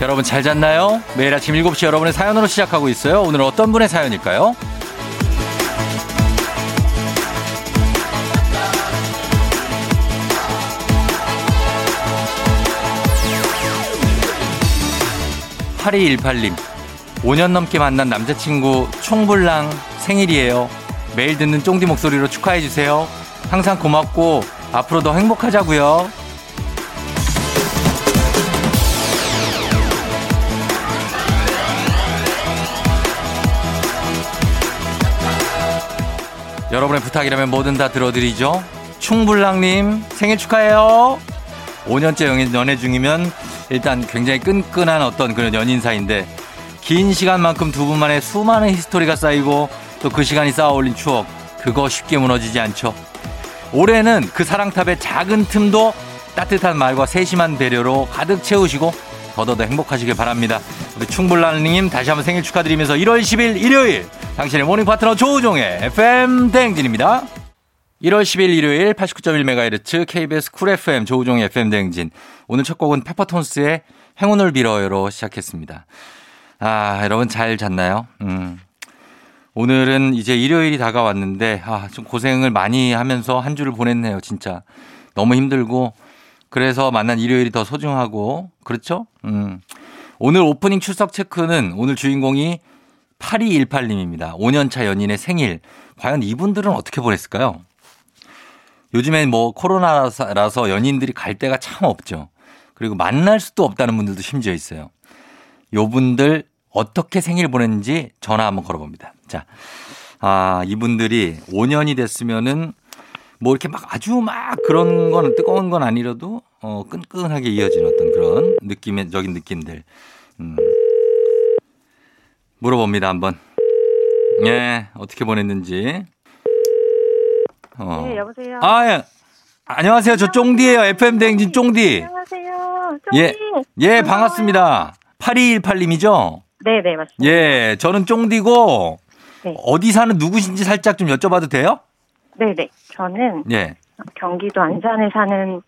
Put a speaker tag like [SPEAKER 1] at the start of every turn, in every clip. [SPEAKER 1] 여러분 잘 잤나요? 매일 아침 7시 여러분의 사연으로 시작하고 있어요. 오늘 어떤 분의 사연일까요? 8218님. 5년 넘게 만난 남자친구 총불랑 생일이에요. 매일 듣는 쫑디 목소리로 축하해주세요. 항상 고맙고 앞으로도 행복하자고요. 여러분의 부탁이라면 뭐든 다 들어드리죠. 충불랑님 생일 축하해요. 5년째 연- 연애 중이면 일단 굉장히 끈끈한 어떤 그런 연인 사이인데 긴 시간만큼 두 분만의 수많은 히스토리가 쌓이고 또 그 시간이 쌓아올린 추억 그거 쉽게 무너지지 않죠. 올해는 그 사랑탑의 작은 틈도 따뜻한 말과 세심한 배려로 가득 채우시고 더더더 행복하시길 바랍니다. 우리 충불라님 다시 한번 생일 축하드리면서 1월 10일 일요일 당신의 모닝 파트너 조우종의 FM 대행진입니다. 1월 10일 일요일 89.1MHz KBS 쿨 FM 조우종의 FM 대행진 오늘 첫 곡은 페퍼톤스의 행운을 빌어요로 시작했습니다. 아 여러분 잘 잤나요? 음. 오늘은 이제 일요일이 다가왔는데 아, 좀 고생을 많이 하면서 한 주를 보냈네요, 진짜. 너무 힘들고 그래서 만난 일요일이 더 소중하고 그렇죠? 음. 오늘 오프닝 출석 체크는 오늘 주인공이 8218님입니다. 5년차 연인의 생일. 과연 이분들은 어떻게 보냈을까요? 요즘엔 뭐 코로나라서 연인들이 갈 데가 참 없죠. 그리고 만날 수도 없다는 분들도 심지어 있어요. 요분들 어떻게 생일 보냈는지 전화 한번 걸어봅니다. 자, 아, 이분들이 5년이 됐으면은 뭐 이렇게 막 아주 막 그런 건 뜨거운 건 아니라도 어, 끈끈하게 이어진 어떤 그런 느낌적인 느낌들. 음. 물어봅니다, 한번. 예, 어떻게 보냈는지. 어.
[SPEAKER 2] 네, 여보세요.
[SPEAKER 1] 아, 예. 안녕하세요. 저 쫑디예요. FM 대행진 쫑디.
[SPEAKER 2] 안녕하세요.
[SPEAKER 1] 예.
[SPEAKER 2] 쫑디.
[SPEAKER 1] 예, 반갑습니다. 8218님이죠?
[SPEAKER 2] 네, 네, 맞습니다.
[SPEAKER 1] 예, 저는 쫑디고
[SPEAKER 2] 네.
[SPEAKER 1] 어디 사는 누구신지 살짝 좀 여쭤봐도 돼요?
[SPEAKER 2] 네, 네. 저는
[SPEAKER 1] 예.
[SPEAKER 2] 경기도 안산에 사는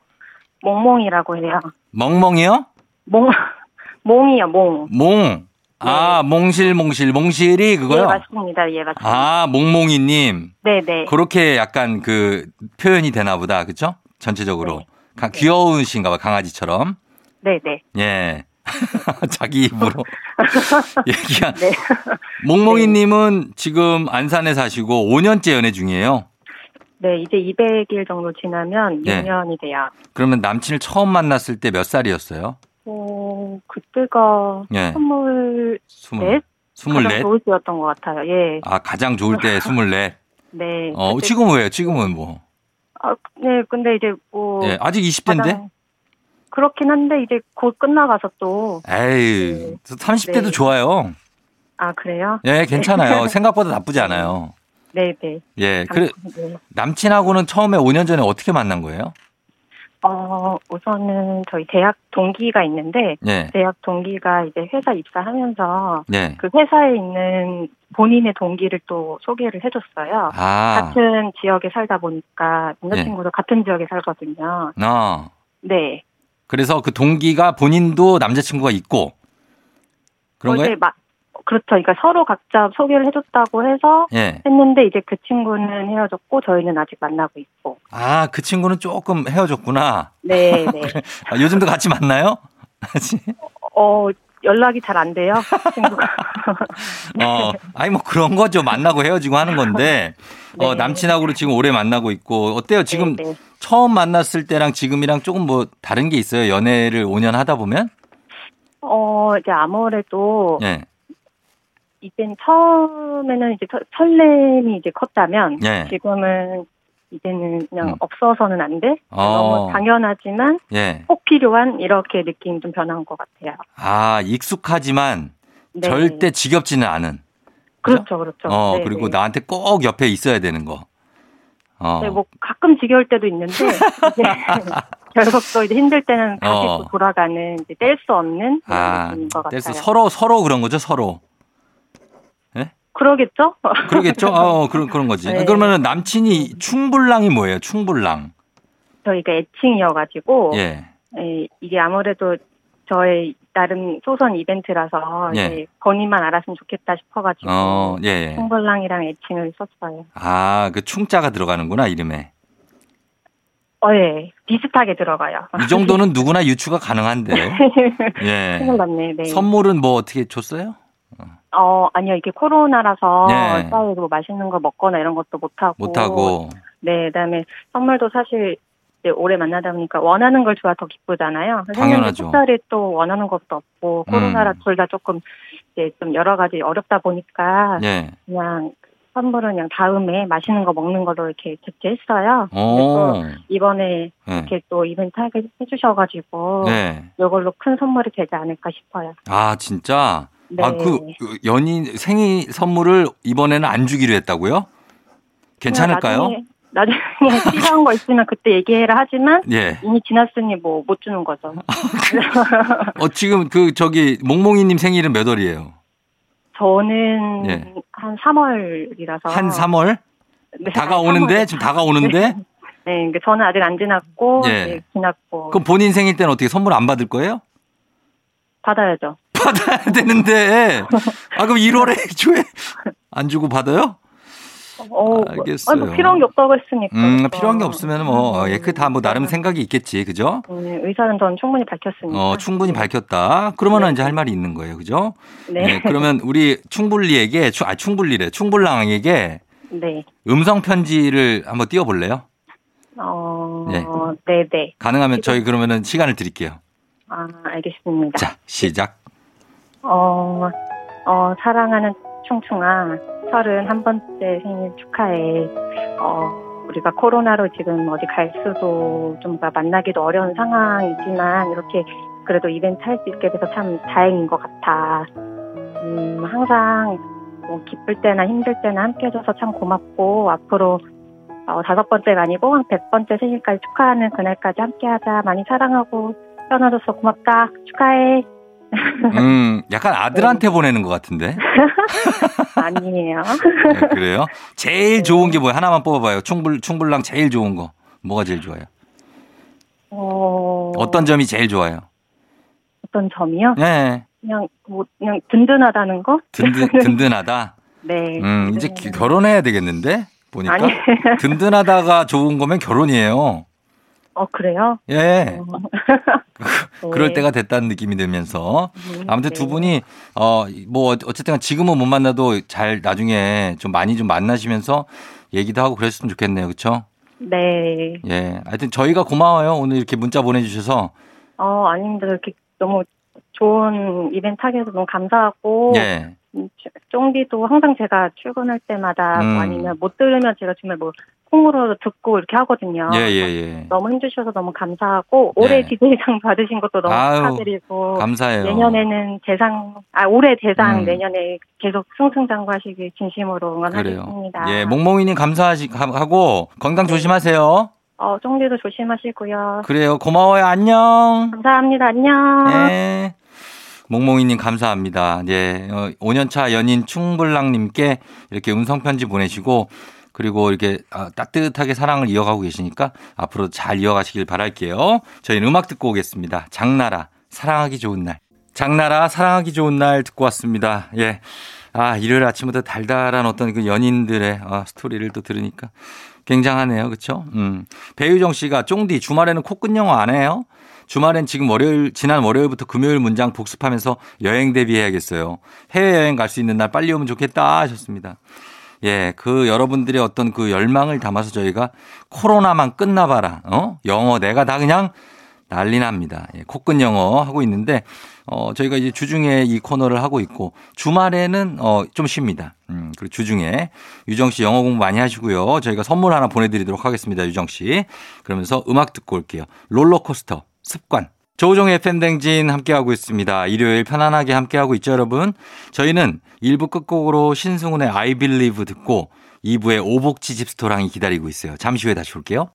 [SPEAKER 2] 몽몽이라고 해요.
[SPEAKER 1] 멍멍이요?
[SPEAKER 2] 몽 몽이요, 몽.
[SPEAKER 1] 몽. 아, 몽실 몽실 몽실이
[SPEAKER 2] 예,
[SPEAKER 1] 그거요?
[SPEAKER 2] 네. 맞습니다. 예, 맞습니다.
[SPEAKER 1] 아, 몽몽이 님.
[SPEAKER 2] 네, 네.
[SPEAKER 1] 그렇게 약간 그 표현이 되나 보다. 그렇죠? 전체적으로.
[SPEAKER 2] 네.
[SPEAKER 1] 가- 귀여우신가 봐. 강아지처럼.
[SPEAKER 2] 네, 네.
[SPEAKER 1] 예. 자기 입으로 얘기한
[SPEAKER 2] 네.
[SPEAKER 1] 몽몽이 님은 지금 안산에 사시고 5년째 연애 중이에요.
[SPEAKER 2] 네, 이제 200일 정도 지나면
[SPEAKER 1] 예.
[SPEAKER 2] 6년이 돼요.
[SPEAKER 1] 그러면 남친을 처음 만났을 때 몇 살이었어요?
[SPEAKER 2] 어, 그때가
[SPEAKER 1] 예.
[SPEAKER 2] 24?
[SPEAKER 1] 스물
[SPEAKER 2] 가장
[SPEAKER 1] 스물넷.
[SPEAKER 2] 좋을 때였던 것 같아요. 예.
[SPEAKER 1] 아 가장 좋을 때 스물넷.
[SPEAKER 2] 네.
[SPEAKER 1] 어
[SPEAKER 2] 그때-
[SPEAKER 1] 지금 왜요? 지금은 뭐?
[SPEAKER 2] 아, 네, 근데 이제 뭐.
[SPEAKER 1] 예 아직 20대인데?
[SPEAKER 2] 가장- 그렇긴 한데 이제 곧 끝나가서 또.
[SPEAKER 1] 에이
[SPEAKER 2] 네.
[SPEAKER 1] 30대도
[SPEAKER 2] 네.
[SPEAKER 1] 좋아요.
[SPEAKER 2] 아, 그래요?
[SPEAKER 1] 예 괜찮아요. 생각보다 나쁘지 않아요.
[SPEAKER 2] 네, 네.
[SPEAKER 1] 예 그래
[SPEAKER 2] 네.
[SPEAKER 1] 남친하고는 처음에 5년 전에 어떻게 만난 거예요?
[SPEAKER 2] 어, 우선은 저희 대학 동기가 있는데,
[SPEAKER 1] 예
[SPEAKER 2] 대학 동기가 이제 회사 입사하면서
[SPEAKER 1] 예.
[SPEAKER 2] 그 회사에 있는 본인의 동기를 또 소개를 해줬어요.
[SPEAKER 1] 아 네.
[SPEAKER 2] 같은 지역에 살다 보니까 남자친구도 같은 지역에 살거든요.
[SPEAKER 1] 어.
[SPEAKER 2] 네.
[SPEAKER 1] 그래서 그 동기가 본인도 남자친구가 있고 그런
[SPEAKER 2] 그런데
[SPEAKER 1] 거예요?
[SPEAKER 2] 막, 그렇죠. 그러니까 서로 각자 소개를 해줬다고 해서
[SPEAKER 1] 예.
[SPEAKER 2] 했는데 이제 그 친구는 헤어졌고 저희는 아직 만나고 있고.
[SPEAKER 1] 아 그 친구는 조금 헤어졌구나.
[SPEAKER 2] 네, 네.
[SPEAKER 1] 아, 요즘도 같이 만나요?
[SPEAKER 2] 어, 연락이 잘 안 돼요. 그 친구가.
[SPEAKER 1] 어, 아니 뭐 그런 거죠. 만나고 헤어지고 하는 건데. 어,
[SPEAKER 2] 네.
[SPEAKER 1] 남친하고도 지금 오래 만나고 있고 어때요? 지금
[SPEAKER 2] 네, 네.
[SPEAKER 1] 처음 만났을 때랑 지금이랑 조금 뭐 다른 게 있어요? 연애를 5년 하다 보면?
[SPEAKER 2] 어, 이제 아무래도
[SPEAKER 1] 예.
[SPEAKER 2] 이젠 처음에는 이제 터- 설렘이 이제 컸다면
[SPEAKER 1] 예.
[SPEAKER 2] 지금은 이제는 그냥
[SPEAKER 1] 음.
[SPEAKER 2] 없어서는 안 돼.
[SPEAKER 1] 어.
[SPEAKER 2] 너무 당연하지만
[SPEAKER 1] 예.
[SPEAKER 2] 꼭 필요한 이렇게 느낌이 좀 변한 것 같아요.
[SPEAKER 1] 아, 익숙하지만
[SPEAKER 2] 네.
[SPEAKER 1] 절대 지겹지는 않은.
[SPEAKER 2] 그렇죠, 그렇죠.
[SPEAKER 1] 어,
[SPEAKER 2] 네,
[SPEAKER 1] 그리고
[SPEAKER 2] 네.
[SPEAKER 1] 나한테 꼭 옆에 있어야 되는 거. 어.
[SPEAKER 2] 네, 뭐 가끔 지겨울 때도 있는데 이제 결국 또 이제 힘들 때는 다시
[SPEAKER 1] 어.
[SPEAKER 2] 또 돌아가는 이제 뗄 수 없는 그런
[SPEAKER 1] 아,
[SPEAKER 2] 느낌인 것 같아요.
[SPEAKER 1] 그래서 서로 서로 그런 거죠, 서로.
[SPEAKER 2] 그러겠죠?
[SPEAKER 1] 그러겠죠? 어, 그런 그런 거지.
[SPEAKER 2] 네.
[SPEAKER 1] 그러면은 남친이 충불랑이 뭐예요? 충불랑.
[SPEAKER 2] 저희가 애칭이어가지고
[SPEAKER 1] 예.
[SPEAKER 2] 에, 이게 아무래도 저의 나름 소선 이벤트라서
[SPEAKER 1] 예.
[SPEAKER 2] 이제 본인만 알았으면 좋겠다 싶어가지고
[SPEAKER 1] 어, 예, 예.
[SPEAKER 2] 총벌랑이랑 애칭을 썼어요.
[SPEAKER 1] 아, 그 충자가 들어가는구나, 이름에.
[SPEAKER 2] 어, 예. 비슷하게 들어가요.
[SPEAKER 1] 이 정도는 누구나 유추가 가능한데. 예.
[SPEAKER 2] 생각났네. 네.
[SPEAKER 1] 선물은 뭐 어떻게 줬어요?
[SPEAKER 2] 어 아니요 이게 코로나라서
[SPEAKER 1] 예.
[SPEAKER 2] 싸이고 맛있는 거 먹거나 이런 것도 못 하고.
[SPEAKER 1] 못하고.
[SPEAKER 2] 네 그다음에 선물도 사실 이제 오래 만나다 보니까 원하는 걸 줘야 더 기쁘잖아요.
[SPEAKER 1] 당연하죠.
[SPEAKER 2] 속살이 또 원하는 것도 없고 코로나라
[SPEAKER 1] 음.
[SPEAKER 2] 둘 다 조금 이제 좀 여러 가지 어렵다 보니까
[SPEAKER 1] 예.
[SPEAKER 2] 그냥 선물은 그냥 다음에 맛있는 거 먹는 걸로 이렇게 대체했어요.
[SPEAKER 1] 오.
[SPEAKER 2] 네, 뭐 이번에
[SPEAKER 1] 예.
[SPEAKER 2] 이렇게 또 이벤트 하게 해주셔가지고
[SPEAKER 1] 네.
[SPEAKER 2] 이걸로 큰 선물이 되지 않을까 싶어요.
[SPEAKER 1] 아, 진짜?
[SPEAKER 2] 네.
[SPEAKER 1] 아, 그 연인 생일 선물을 이번에는 안 주기로 했다고요?
[SPEAKER 2] 네,
[SPEAKER 1] 괜찮을까요?
[SPEAKER 2] 그냥 나중에, 나중에 필요한 거 있으면 그때 얘기해라 하지만
[SPEAKER 1] 예.
[SPEAKER 2] 이미 지났으니 뭐 못 주는 거죠.
[SPEAKER 1] 어, 지금 그 저기 몽몽이님 생일은 몇 월이에요?
[SPEAKER 2] 저는
[SPEAKER 1] 예.
[SPEAKER 2] 한 3월이라서
[SPEAKER 1] 한 3월? 다가오는데? 지금 다가오는데?
[SPEAKER 2] 아. 네, 그러니까 저는 아직 안 지났고
[SPEAKER 1] 예.
[SPEAKER 2] 네, 지났고
[SPEAKER 1] 그럼 본인 생일 때는 어떻게 선물 안 받을 거예요?
[SPEAKER 2] 받아야죠.
[SPEAKER 1] 받아야 되는데. 아, 그럼 1월에 줘야, 안 주고 받아요?
[SPEAKER 2] 어,
[SPEAKER 1] 알겠어요.
[SPEAKER 2] 아니, 뭐 필요한 게 없다고 했으니까.
[SPEAKER 1] 음,
[SPEAKER 2] 그래서.
[SPEAKER 1] 필요한 게 없으면 뭐, 어, 예, 그 다 뭐 나름 생각이 있겠지. 그죠?
[SPEAKER 2] 네, 의사는 전 충분히 밝혔습니다.
[SPEAKER 1] 어, 충분히 밝혔다. 그러면은
[SPEAKER 2] 네.
[SPEAKER 1] 이제 할 말이 있는 거예요. 그죠?
[SPEAKER 2] 네,
[SPEAKER 1] 예, 그러면 우리 충불리에게, 충- 아, 충불리래. 충불랑에게
[SPEAKER 2] 네,
[SPEAKER 1] 음성 편지를 한번 띄워볼래요?
[SPEAKER 2] 어,
[SPEAKER 1] 예.
[SPEAKER 2] 네, 네,
[SPEAKER 1] 가능하면 저희 그러면은 시간을 드릴게요.
[SPEAKER 2] 아, 알겠습니다.
[SPEAKER 1] 자, 시작.
[SPEAKER 2] 어, 어, 사랑하는 충충아, 서른 한 번째 생일 축하해. 어, 우리가 코로나로 지금 어디 갈 수도 좀 봐- 만나기도 어려운 상황이지만 이렇게 그래도 이벤트 할 수 있게 돼서 참 다행인 것 같아. 음, 항상 뭐 기쁠 때나 힘들 때나 함께 해줘서 참 고맙고 앞으로 어, 다섯 번째가 아니고 한 백 번째 생일까지 축하하는 그날까지 함께하자. 많이 사랑하고 태어나줘서 고맙다. 축하해.
[SPEAKER 1] 음, 약간 아들한테 보내는 것 같은데.
[SPEAKER 2] 아니에요.
[SPEAKER 1] 네, 그래요? 제일 좋은 게 뭐예요? 하나만 뽑아봐요. 충불, 충불랑 제일 좋은 거. 뭐가 제일 좋아요?
[SPEAKER 2] 어...
[SPEAKER 1] 어떤 점이 제일 좋아요?
[SPEAKER 2] 어떤 점이요?
[SPEAKER 1] 예, 예.
[SPEAKER 2] 그냥 뭐 그냥 든든하다는 거?
[SPEAKER 1] 든든, 든든하다.
[SPEAKER 2] 네.
[SPEAKER 1] 음, 이제
[SPEAKER 2] 네.
[SPEAKER 1] 기- 결혼해야 되겠는데? 보니까.
[SPEAKER 2] 아니,
[SPEAKER 1] 든든하다가 좋은 거면 결혼이에요.
[SPEAKER 2] 어 그래요?
[SPEAKER 1] 예.
[SPEAKER 2] 어, 네.
[SPEAKER 1] 그럴 때가 됐다는 느낌이 들면서.
[SPEAKER 2] 음,
[SPEAKER 1] 아무튼
[SPEAKER 2] 네.
[SPEAKER 1] 두 분이, 어, 뭐, 어쨌든 지금은 못 만나도 잘 나중에 좀 많이 좀 만나시면서 얘기도 하고 그랬으면 좋겠네요. 그쵸?
[SPEAKER 2] 네.
[SPEAKER 1] 예. 하여튼 저희가 고마워요. 오늘 이렇게 문자 보내주셔서.
[SPEAKER 2] 어 아닙니다. 이렇게 너무 좋은 이벤트 하게 해서 너무 감사하고
[SPEAKER 1] 예.
[SPEAKER 2] 음, 쭈- 쫑디도 항상 제가 출근할 때마다 뭐
[SPEAKER 1] 음.
[SPEAKER 2] 아니면 못 들으면 제가 정말 뭐 콩으로 듣고 이렇게 하거든요.
[SPEAKER 1] 예, 예, 예.
[SPEAKER 2] 너무 힘주셔서 너무 감사하고 올해
[SPEAKER 1] 네.
[SPEAKER 2] 디제이상 받으신 것도 너무
[SPEAKER 1] 아유,
[SPEAKER 2] 축하드리고
[SPEAKER 1] 감사해요.
[SPEAKER 2] 내년에는 대상, 아, 올해 대상,
[SPEAKER 1] 음.
[SPEAKER 2] 내년에 계속 승승장구하시길 진심으로
[SPEAKER 1] 그래요.
[SPEAKER 2] 응원하겠습니다.
[SPEAKER 1] 예, 몽몽이님 감사하고 건강 조심하세요.
[SPEAKER 2] 어, 쫑디도 조심하시고요.
[SPEAKER 1] 그래요. 고마워요. 안녕.
[SPEAKER 2] 감사합니다. 안녕.
[SPEAKER 1] 예. 몽몽이님 감사합니다. 예. 어, 5년차 연인 충불랑님께 이렇게 음성편지 보내시고 그리고 이렇게 아, 따뜻하게 사랑을 이어가고 계시니까 앞으로 잘 이어가시길 바랄게요. 저희는 음악 듣고 오겠습니다. 장나라 사랑하기 좋은 날. 장나라 사랑하기 좋은 날 듣고 왔습니다. 예. 아, 일요일 아침부터 달달한 어떤 그 연인들의 아, 스토리를 또 들으니까 굉장하네요. 그렇죠? 음. 배유정 씨가 쫑디 주말에는 코끝 영어 안 해요? 주말엔 지금 월요일 지난 월요일부터 금요일 문장 복습하면서 여행 대비해야겠어요. 해외여행 갈 수 있는 날 빨리 오면 좋겠다 하셨습니다. 예, 그 여러분들의 어떤 그 열망을 담아서 저희가 코로나만 끝나봐라. 어? 영어 내가 다 그냥 난리 납니다. 예, 코끝 영어 하고 있는데 어, 저희가 이제 주중에 이 코너를 하고 있고 주말에는 어, 좀 쉽니다. 음, 그리고 주중에 유정 씨 영어 공부 많이 하시고요. 저희가 선물 하나 보내드리도록 하겠습니다. 유정 씨. 그러면서 음악 듣고 올게요. 롤러코스터 습관. 조우종의 FM댕진 함께하고 있습니다. 일요일 편안하게 함께하고 있죠, 여러분? 저희는 1부 끝곡으로 신승훈의 I Believe 듣고 2부의 오복지 집스토랑이 기다리고 있어요. 잠시 후에 다시 올게요.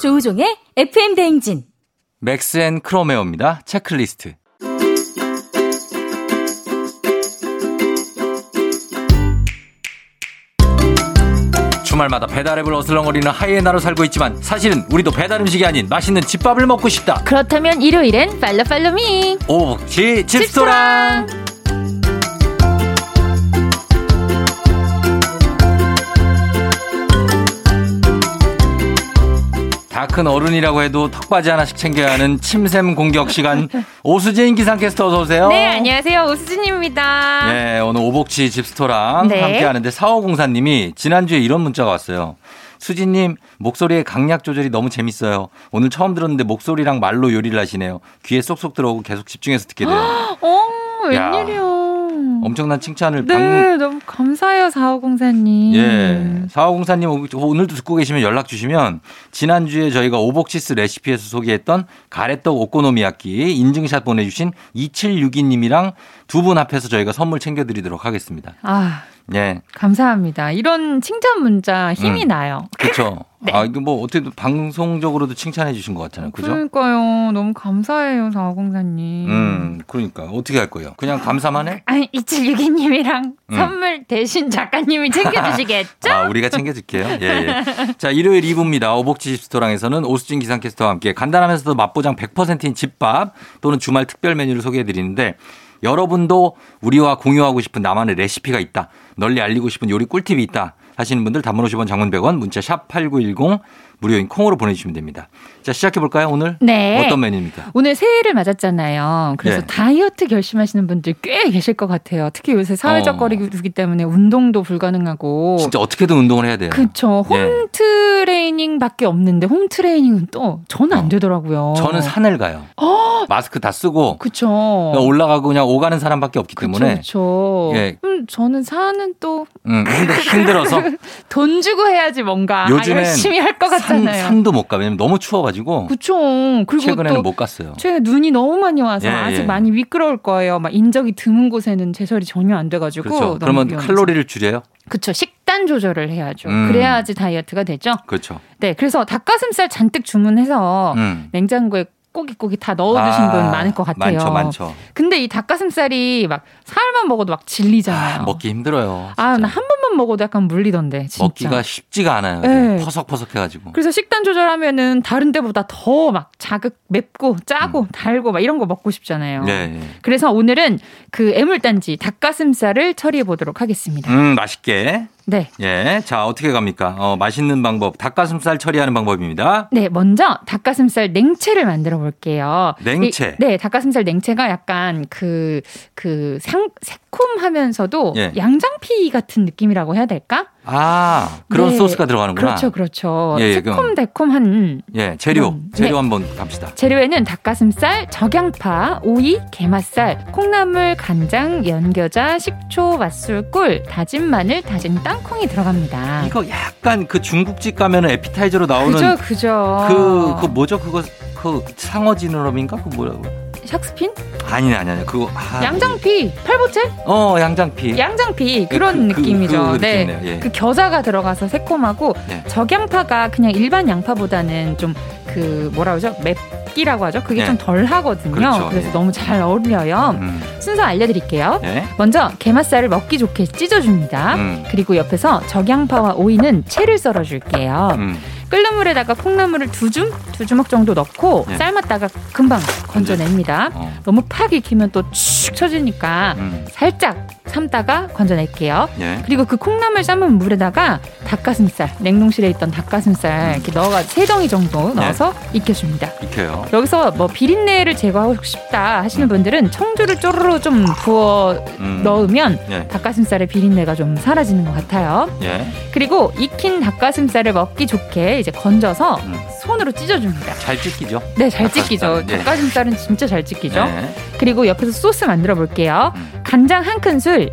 [SPEAKER 3] 조우종의 FM 대행진.
[SPEAKER 1] 맥스 앤 크로메오입니다. 체크리스트. 주말마다 배달앱을 어슬렁거리는 하이에나로 살고 있지만 사실은 우리도 배달 음식이 아닌 맛있는 집밥을 먹고 싶다.
[SPEAKER 3] 그렇다면 일요일엔 팔로 팔로미.
[SPEAKER 1] 오복지 집소랑. 다 큰 어른이라고 해도 턱받이 하나씩 챙겨야 하는 침샘 공격 시간. 오수진 기상캐스터 어서 오세요.
[SPEAKER 3] 네, 안녕하세요.
[SPEAKER 4] 아.
[SPEAKER 3] 오수진입니다.
[SPEAKER 1] 네, 오늘 오복치 집스토랑
[SPEAKER 3] 네.
[SPEAKER 1] 함께 하는데 4504님이 지난주에 이런 문자가 왔어요. 수진님, 목소리의 강약 조절이 너무 재밌어요. 오늘 처음 들었는데 목소리랑 말로 요리를 하시네요. 귀에 쏙쏙 들어오고 계속 집중해서 듣게 돼요.
[SPEAKER 4] 어,
[SPEAKER 1] 야.
[SPEAKER 4] 웬일이야.
[SPEAKER 1] 엄청난 칭찬을
[SPEAKER 4] 음. 네, 음.
[SPEAKER 1] 방.
[SPEAKER 4] 너무 감사해요, 4504님.
[SPEAKER 1] 예. 4504님, 오늘도 듣고 계시면 연락 주시면 지난주에 저희가 오복치스 레시피에서 소개했던 가래떡 오코노미야끼 인증샷 보내주신 2762님이랑 두 분 앞에서 저희가 선물 챙겨드리도록 하겠습니다.
[SPEAKER 4] 아,
[SPEAKER 1] 예.
[SPEAKER 4] 감사합니다. 이런 칭찬 문자 힘이
[SPEAKER 1] 음.
[SPEAKER 4] 나요.
[SPEAKER 1] 그렇죠. 아 이거 뭐 어떻게 방송적으로도 칭찬해 주신 것 같잖아요. 그죠? 음.
[SPEAKER 4] 그러니까요. 너무 감사해요, 4504님.
[SPEAKER 1] 그러니까 어떻게 할 거예요? 그냥 감사만 해?
[SPEAKER 4] 아니, 2762님이랑
[SPEAKER 1] 음.
[SPEAKER 4] 선물 대신 작가님이 챙겨주시겠죠?
[SPEAKER 1] 아, 우리가 챙겨줄게요. 예, 예. 자, 일요일 2부입니다. 오복지 집스토랑에서는 오수진 기상캐스터와 함께 간단하면서도 맛보장 100%인 집밥 또는 주말 특별 메뉴를 소개해 드리는데 여러분도 우리와 공유하고 싶은 나만의 레시피가 있다. 널리 알리고 싶은 요리 꿀팁이 있다. 하시는 분들 단문 50원 장문 100원 문자 샵 8910 무료인 콩으로 보내주시면 됩니다. 자, 시작해 볼까요? 오늘
[SPEAKER 4] 네.
[SPEAKER 1] 어떤 메뉴입니까?
[SPEAKER 4] 오늘 새해를 맞았잖아요. 그래서
[SPEAKER 1] 예.
[SPEAKER 4] 다이어트 결심하시는 분들 꽤 계실 것 같아요. 특히 요새 사회적
[SPEAKER 1] 어.
[SPEAKER 4] 거리두기 때문에 운동도 불가능하고.
[SPEAKER 1] 진짜 어떻게든 운동을 해야 돼요.
[SPEAKER 4] 그쵸. 홈
[SPEAKER 1] 예.
[SPEAKER 4] 트레이닝밖에 없는데 홈 트레이닝은 또 저는 안
[SPEAKER 1] 어.
[SPEAKER 4] 되더라고요.
[SPEAKER 1] 저는 산을 가요. 마스크 다 쓰고
[SPEAKER 4] 어. 그쵸.
[SPEAKER 1] 그냥 올라가고 그냥 오가는 사람밖에 없기 때문에
[SPEAKER 4] 그쵸.
[SPEAKER 1] 예.
[SPEAKER 4] 음, 저는 사는 또
[SPEAKER 1] 음, 힘들, 힘들어서
[SPEAKER 4] 돈 주고 해야지 뭔가 아,
[SPEAKER 1] 요즘엔
[SPEAKER 4] 열심히 할 것
[SPEAKER 1] 산,
[SPEAKER 4] 같잖아요.
[SPEAKER 1] 산도 못 가. 왜냐면 너무 추워가지고
[SPEAKER 4] 그쵸. 그리고
[SPEAKER 1] 최근에는
[SPEAKER 4] 또
[SPEAKER 1] 못 갔어요.
[SPEAKER 4] 최근에 눈이 너무 많이 와서
[SPEAKER 1] 예,
[SPEAKER 4] 아직
[SPEAKER 1] 예.
[SPEAKER 4] 많이 미끄러울 거예요. 막 인적이 드문 곳에는 제설이 전혀 안 돼가지고.
[SPEAKER 1] 그렇죠.
[SPEAKER 4] 너무
[SPEAKER 1] 그러면
[SPEAKER 4] 위험해서.
[SPEAKER 1] 칼로리를 줄여요.
[SPEAKER 4] 그쵸. 식단 조절을 해야죠.
[SPEAKER 1] 음.
[SPEAKER 4] 그래야지 다이어트가 되죠.
[SPEAKER 1] 그렇죠.
[SPEAKER 4] 네. 그래서 닭가슴살 잔뜩 주문해서
[SPEAKER 1] 음.
[SPEAKER 4] 냉장고에 꼬깃꼬깃 다 넣어 드신
[SPEAKER 1] 아,
[SPEAKER 4] 어, 분 많을 것 같아요.
[SPEAKER 1] 많죠, 많죠.
[SPEAKER 4] 근데 이 닭가슴살이 막 살만 먹어도 막 질리잖아요.
[SPEAKER 1] 아, 먹기 힘들어요.
[SPEAKER 4] 아,
[SPEAKER 1] 진짜.
[SPEAKER 4] 나 한 번만 먹어도 약간 물리던데. 진짜.
[SPEAKER 1] 먹기가 쉽지가 않아요.
[SPEAKER 4] 예.
[SPEAKER 1] 퍼석퍼석해가지고.
[SPEAKER 4] 그래서 식단 조절하면은 다른 데보다 더 막 자극 맵고 짜고 달고 막 이런 거 먹고 싶잖아요.
[SPEAKER 1] 음. 네. 예.
[SPEAKER 4] 그래서 오늘은 그 애물단지 닭가슴살을 처리해 보도록 하겠습니다.
[SPEAKER 1] 음, 맛있게.
[SPEAKER 4] 네.
[SPEAKER 1] 예. 자, 어떻게 갑니까? 어, 맛있는 방법. 닭가슴살 처리하는 방법입니다.
[SPEAKER 4] 네, 먼저 닭가슴살 냉채를 만들어 볼게요.
[SPEAKER 1] 냉채.
[SPEAKER 4] 이- 네, 닭가슴살 냉채가 약간 그, 그, 상, 새콤하면서도
[SPEAKER 1] 예.
[SPEAKER 4] 양장피 같은 느낌이라고 해야 될까?
[SPEAKER 1] 아, 그런
[SPEAKER 4] 네.
[SPEAKER 1] 소스가 들어가는구나.
[SPEAKER 4] 그렇죠, 그렇죠.
[SPEAKER 1] 예, 예, 그럼.
[SPEAKER 4] 새콤달콤한
[SPEAKER 1] 예, 재료.
[SPEAKER 4] 음,
[SPEAKER 1] 재료
[SPEAKER 4] 네.
[SPEAKER 1] 한번 갑시다.
[SPEAKER 4] 재료에는 닭가슴살, 적양파, 오이, 게맛살, 콩나물, 간장, 연겨자, 식초, 맛술, 꿀, 다진 마늘, 다진 땅콩이 들어갑니다.
[SPEAKER 1] 이거 약간 그 중국집 가면 은 에피타이저로
[SPEAKER 4] 아. 그죠, 아.
[SPEAKER 1] 나오는
[SPEAKER 4] 그죠.
[SPEAKER 1] 그, 그 뭐죠? 그거, 그 상어 지느러미인가? 그 뭐라고?
[SPEAKER 4] 샥스핀?
[SPEAKER 1] 아니, 아니, 아니. 그거. 아,
[SPEAKER 4] 양장피, 팔보채?
[SPEAKER 1] 어, 양장피.
[SPEAKER 4] 양장피 그런
[SPEAKER 1] 그, 그,
[SPEAKER 4] 느낌이죠.
[SPEAKER 1] 그
[SPEAKER 4] 네.
[SPEAKER 1] 느낌이네요. 예.
[SPEAKER 4] 그 겨자가 들어가서 새콤하고
[SPEAKER 1] 네.
[SPEAKER 4] 적양파가 그냥 일반 양파보다는 좀 그 뭐라 그러죠? 맵기라고 하죠. 그게
[SPEAKER 1] 네.
[SPEAKER 4] 좀 덜 하거든요.
[SPEAKER 1] 그렇죠.
[SPEAKER 4] 그래서
[SPEAKER 1] 예.
[SPEAKER 4] 너무 잘 어울려요.
[SPEAKER 1] 음,
[SPEAKER 4] 순서 알려드릴게요.
[SPEAKER 1] 예.
[SPEAKER 4] 먼저 게맛살을 먹기 좋게 찢어줍니다.
[SPEAKER 1] 음,
[SPEAKER 4] 그리고 옆에서 적양파와 오이는 채를 썰어줄게요.
[SPEAKER 1] 음.
[SPEAKER 4] 끓는 물에다가 콩나물을 두 줌, 두 주먹 정도 넣고
[SPEAKER 1] 네.
[SPEAKER 4] 삶았다가 금방 건져냅니다.
[SPEAKER 1] 어,
[SPEAKER 4] 너무 팍 익히면 또 축 쳐지니까
[SPEAKER 1] 음.
[SPEAKER 4] 살짝 삶다가 건져낼게요.
[SPEAKER 1] 예.
[SPEAKER 4] 그리고 그 콩나물 삶은 물에다가 닭가슴살, 냉동실에 있던 닭가슴살 이렇게 넣어가 세 덩이 정도 넣어서
[SPEAKER 1] 네.
[SPEAKER 4] 익혀줍니다.
[SPEAKER 1] 익혀요.
[SPEAKER 4] 여기서 뭐 비린내를 제거하고 싶다 하시는 분들은 청주를 쪼르르 좀 부어
[SPEAKER 1] 음.
[SPEAKER 4] 넣으면
[SPEAKER 1] 예.
[SPEAKER 4] 닭가슴살의 비린내가 좀 사라지는 것 같아요.
[SPEAKER 1] 예.
[SPEAKER 4] 그리고 익힌 닭가슴살을 먹기 좋게 이제 건져서
[SPEAKER 1] 음.
[SPEAKER 4] 손으로 찢어줍니다.
[SPEAKER 1] 잘 찍히죠?
[SPEAKER 4] 네, 잘 찢기죠.
[SPEAKER 1] 닭가슴살은, 예.
[SPEAKER 4] 닭가슴살은 진짜 잘 찢기죠.
[SPEAKER 1] 예.
[SPEAKER 4] 그리고 옆에서 소스 만들어 볼게요.
[SPEAKER 1] 음.
[SPEAKER 4] 간장 한 큰술,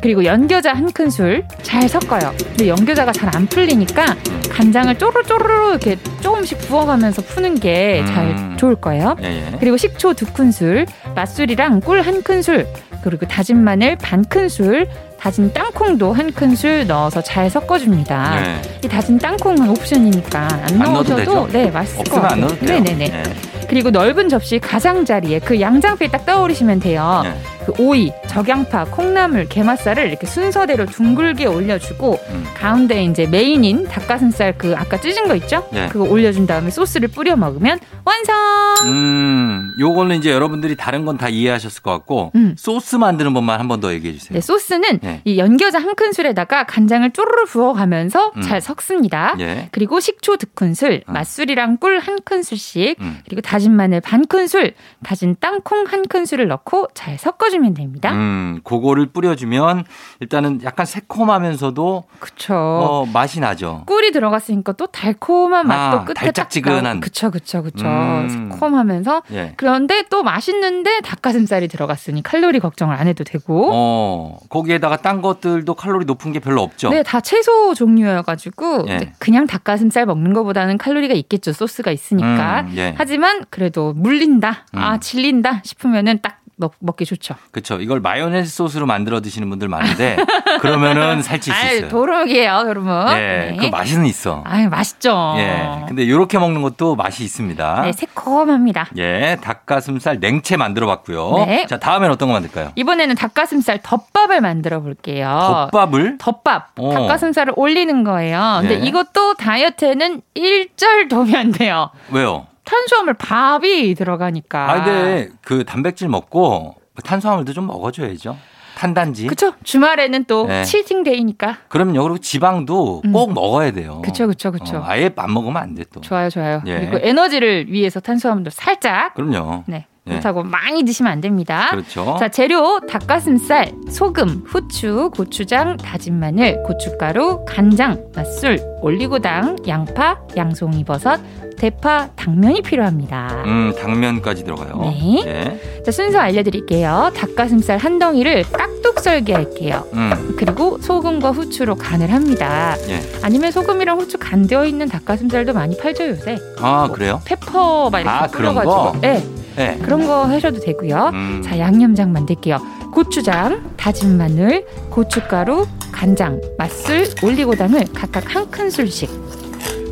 [SPEAKER 4] 그리고 연겨자 한 큰술 잘 섞어요. 근데 연겨자가 잘 안 풀리니까
[SPEAKER 1] 음.
[SPEAKER 4] 간장을 쪼르르르 이렇게 조금씩 부어가면서 푸는 게 잘
[SPEAKER 1] 음.
[SPEAKER 4] 좋을 거예요.
[SPEAKER 1] 예, 예.
[SPEAKER 4] 그리고 식초 두 큰술, 맛술이랑 꿀 한 큰술, 그리고 다진 마늘 반 큰술, 다진 땅콩도 한 큰술 넣어서 잘 섞어줍니다.
[SPEAKER 1] 네.
[SPEAKER 4] 이 다진 땅콩은 옵션이니까 안,
[SPEAKER 1] 안 넣어도
[SPEAKER 4] 넣으셔도
[SPEAKER 1] 되죠?
[SPEAKER 4] 네 맛있을 것
[SPEAKER 1] 없으면 안
[SPEAKER 4] 같아요.
[SPEAKER 1] 넣어도 돼요.
[SPEAKER 4] 네네네.
[SPEAKER 1] 네.
[SPEAKER 4] 그리고 넓은 접시 가장자리에 그 양장피 딱 떠오르시면 돼요.
[SPEAKER 1] 네.
[SPEAKER 4] 그 오이, 적양파, 콩나물, 게맛살을 이렇게 순서대로 둥글게 올려주고
[SPEAKER 1] 음.
[SPEAKER 4] 가운데 이제 메인인 닭가슴살 그 아까 찢은 거 있죠?
[SPEAKER 1] 네.
[SPEAKER 4] 그거 올려준 다음에 소스를 뿌려 먹으면 완성.
[SPEAKER 1] 음, 요거는 이제 여러분들이 다른 건 다 이해하셨을 것 같고
[SPEAKER 4] 음.
[SPEAKER 1] 소스 만드는 법만 한 번 더 얘기해 주세요.
[SPEAKER 4] 네, 소스는
[SPEAKER 1] 네.
[SPEAKER 4] 이 연겨자 한 큰술에다가 간장을 쪼르르 부어가면서
[SPEAKER 1] 음.
[SPEAKER 4] 잘 섞습니다.
[SPEAKER 1] 예.
[SPEAKER 4] 그리고 식초 두 큰술,
[SPEAKER 1] 음.
[SPEAKER 4] 맛술이랑 꿀 한 큰술씩,
[SPEAKER 1] 음.
[SPEAKER 4] 그리고 다진 마늘 반 큰술, 다진 땅콩 한 큰술을 넣고 잘 섞어주면 됩니다.
[SPEAKER 1] 음, 그거를 뿌려주면 일단은 약간 새콤하면서도
[SPEAKER 4] 그쵸.
[SPEAKER 1] 어, 맛이 나죠.
[SPEAKER 4] 꿀이 들어갔으니까 또 달콤한 맛도
[SPEAKER 1] 아,
[SPEAKER 4] 끝에
[SPEAKER 1] 달짝지근한.
[SPEAKER 4] 딱 나고. 그쵸 그쵸 그쵸
[SPEAKER 1] 음.
[SPEAKER 4] 새콤하면서
[SPEAKER 1] 예.
[SPEAKER 4] 그런데 또 맛있는데 닭가슴살이 들어갔으니 칼로리 걱정을 안 해도 되고
[SPEAKER 1] 어, 거기에다가 딴 것들도 칼로리 높은 게 별로 없죠.
[SPEAKER 4] 네 다 채소 종류여가지고
[SPEAKER 1] 그렇죠. 예.
[SPEAKER 4] 이제 그냥 닭가슴살 먹는 것보다는 칼로리가 있겠죠 소스가 있으니까
[SPEAKER 1] 음, 예.
[SPEAKER 4] 하지만 그래도 물린다 아
[SPEAKER 1] 음.
[SPEAKER 4] 질린다 싶으면은 딱 먹, 먹기 좋죠
[SPEAKER 1] 그렇죠. 이걸 마요네즈 소스로 만들어 드시는 분들 많은데 그러면은 살찔 수
[SPEAKER 4] 아유
[SPEAKER 1] 있어요.
[SPEAKER 4] 도록이에요 여러분
[SPEAKER 1] 예,
[SPEAKER 4] 네.
[SPEAKER 1] 그 맛은 있어.
[SPEAKER 4] 아유 맛있죠
[SPEAKER 1] 예, 근데 이렇게 먹는 것도 맛이 있습니다.
[SPEAKER 4] 네 새콤합니다
[SPEAKER 1] 예, 닭가슴살 냉채 만들어 봤고요.
[SPEAKER 4] 네.
[SPEAKER 1] 자, 다음엔 어떤 거 만들까요?
[SPEAKER 4] 이번에는 닭가슴살 덮밥을 만들어 볼게요.
[SPEAKER 1] 덮밥을
[SPEAKER 4] 덮밥.
[SPEAKER 1] 어.
[SPEAKER 4] 닭가슴살을 올리는 거예요. 근데
[SPEAKER 1] 네.
[SPEAKER 4] 이것도 다이어트에는 일절 도움이 안 돼요.
[SPEAKER 1] 왜요?
[SPEAKER 4] 탄수화물 밥이 들어가니까.
[SPEAKER 1] 아, 근데 그 단백질 먹고 탄수화물도 좀 먹어줘야죠. 탄단지.
[SPEAKER 4] 그쵸? 주말에는 또
[SPEAKER 1] 네.
[SPEAKER 4] 치팅데이니까.
[SPEAKER 1] 그럼요. 그리고 지방도
[SPEAKER 4] 음.
[SPEAKER 1] 꼭 먹어야 돼요.
[SPEAKER 4] 그쵸, 그쵸, 그쵸.
[SPEAKER 1] 어, 아예 안 먹으면 안 돼 또.
[SPEAKER 4] 좋아요, 좋아요.
[SPEAKER 1] 예.
[SPEAKER 4] 그리고 에너지를 위해서 탄수화물도 살짝.
[SPEAKER 1] 그럼요.
[SPEAKER 4] 네.
[SPEAKER 1] 예.
[SPEAKER 4] 그렇다고 많이 드시면 안 됩니다.
[SPEAKER 1] 그렇죠.
[SPEAKER 4] 자, 재료 닭가슴살, 소금, 후추, 고추장, 다진 마늘, 고춧가루, 간장, 맛술, 올리고당, 양파, 양송이 버섯, 대파, 당면이 필요합니다.
[SPEAKER 1] 음, 당면까지 들어가요.
[SPEAKER 4] 네.
[SPEAKER 1] 예.
[SPEAKER 4] 자, 순서 알려드릴게요. 닭가슴살 한 덩이를 깍둑 썰게 할게요.
[SPEAKER 1] 음.
[SPEAKER 4] 그리고 소금과 후추로 간을 합니다.
[SPEAKER 1] 예.
[SPEAKER 4] 아니면 소금이랑 후추 간되어 있는 닭가슴살도 많이 팔죠 요새.
[SPEAKER 1] 아, 그래요?
[SPEAKER 4] 페퍼 막 이렇게
[SPEAKER 1] 아, 그런
[SPEAKER 4] 뿌려가지고.
[SPEAKER 1] 거?
[SPEAKER 4] 네,
[SPEAKER 1] 예.
[SPEAKER 4] 그런 거 하셔도 되고요.
[SPEAKER 1] 음.
[SPEAKER 4] 어, 자, 양념장 만들게요. 고추장, 다진 마늘, 고춧가루, 간장, 맛술, 올리고당을 각각 한 큰술씩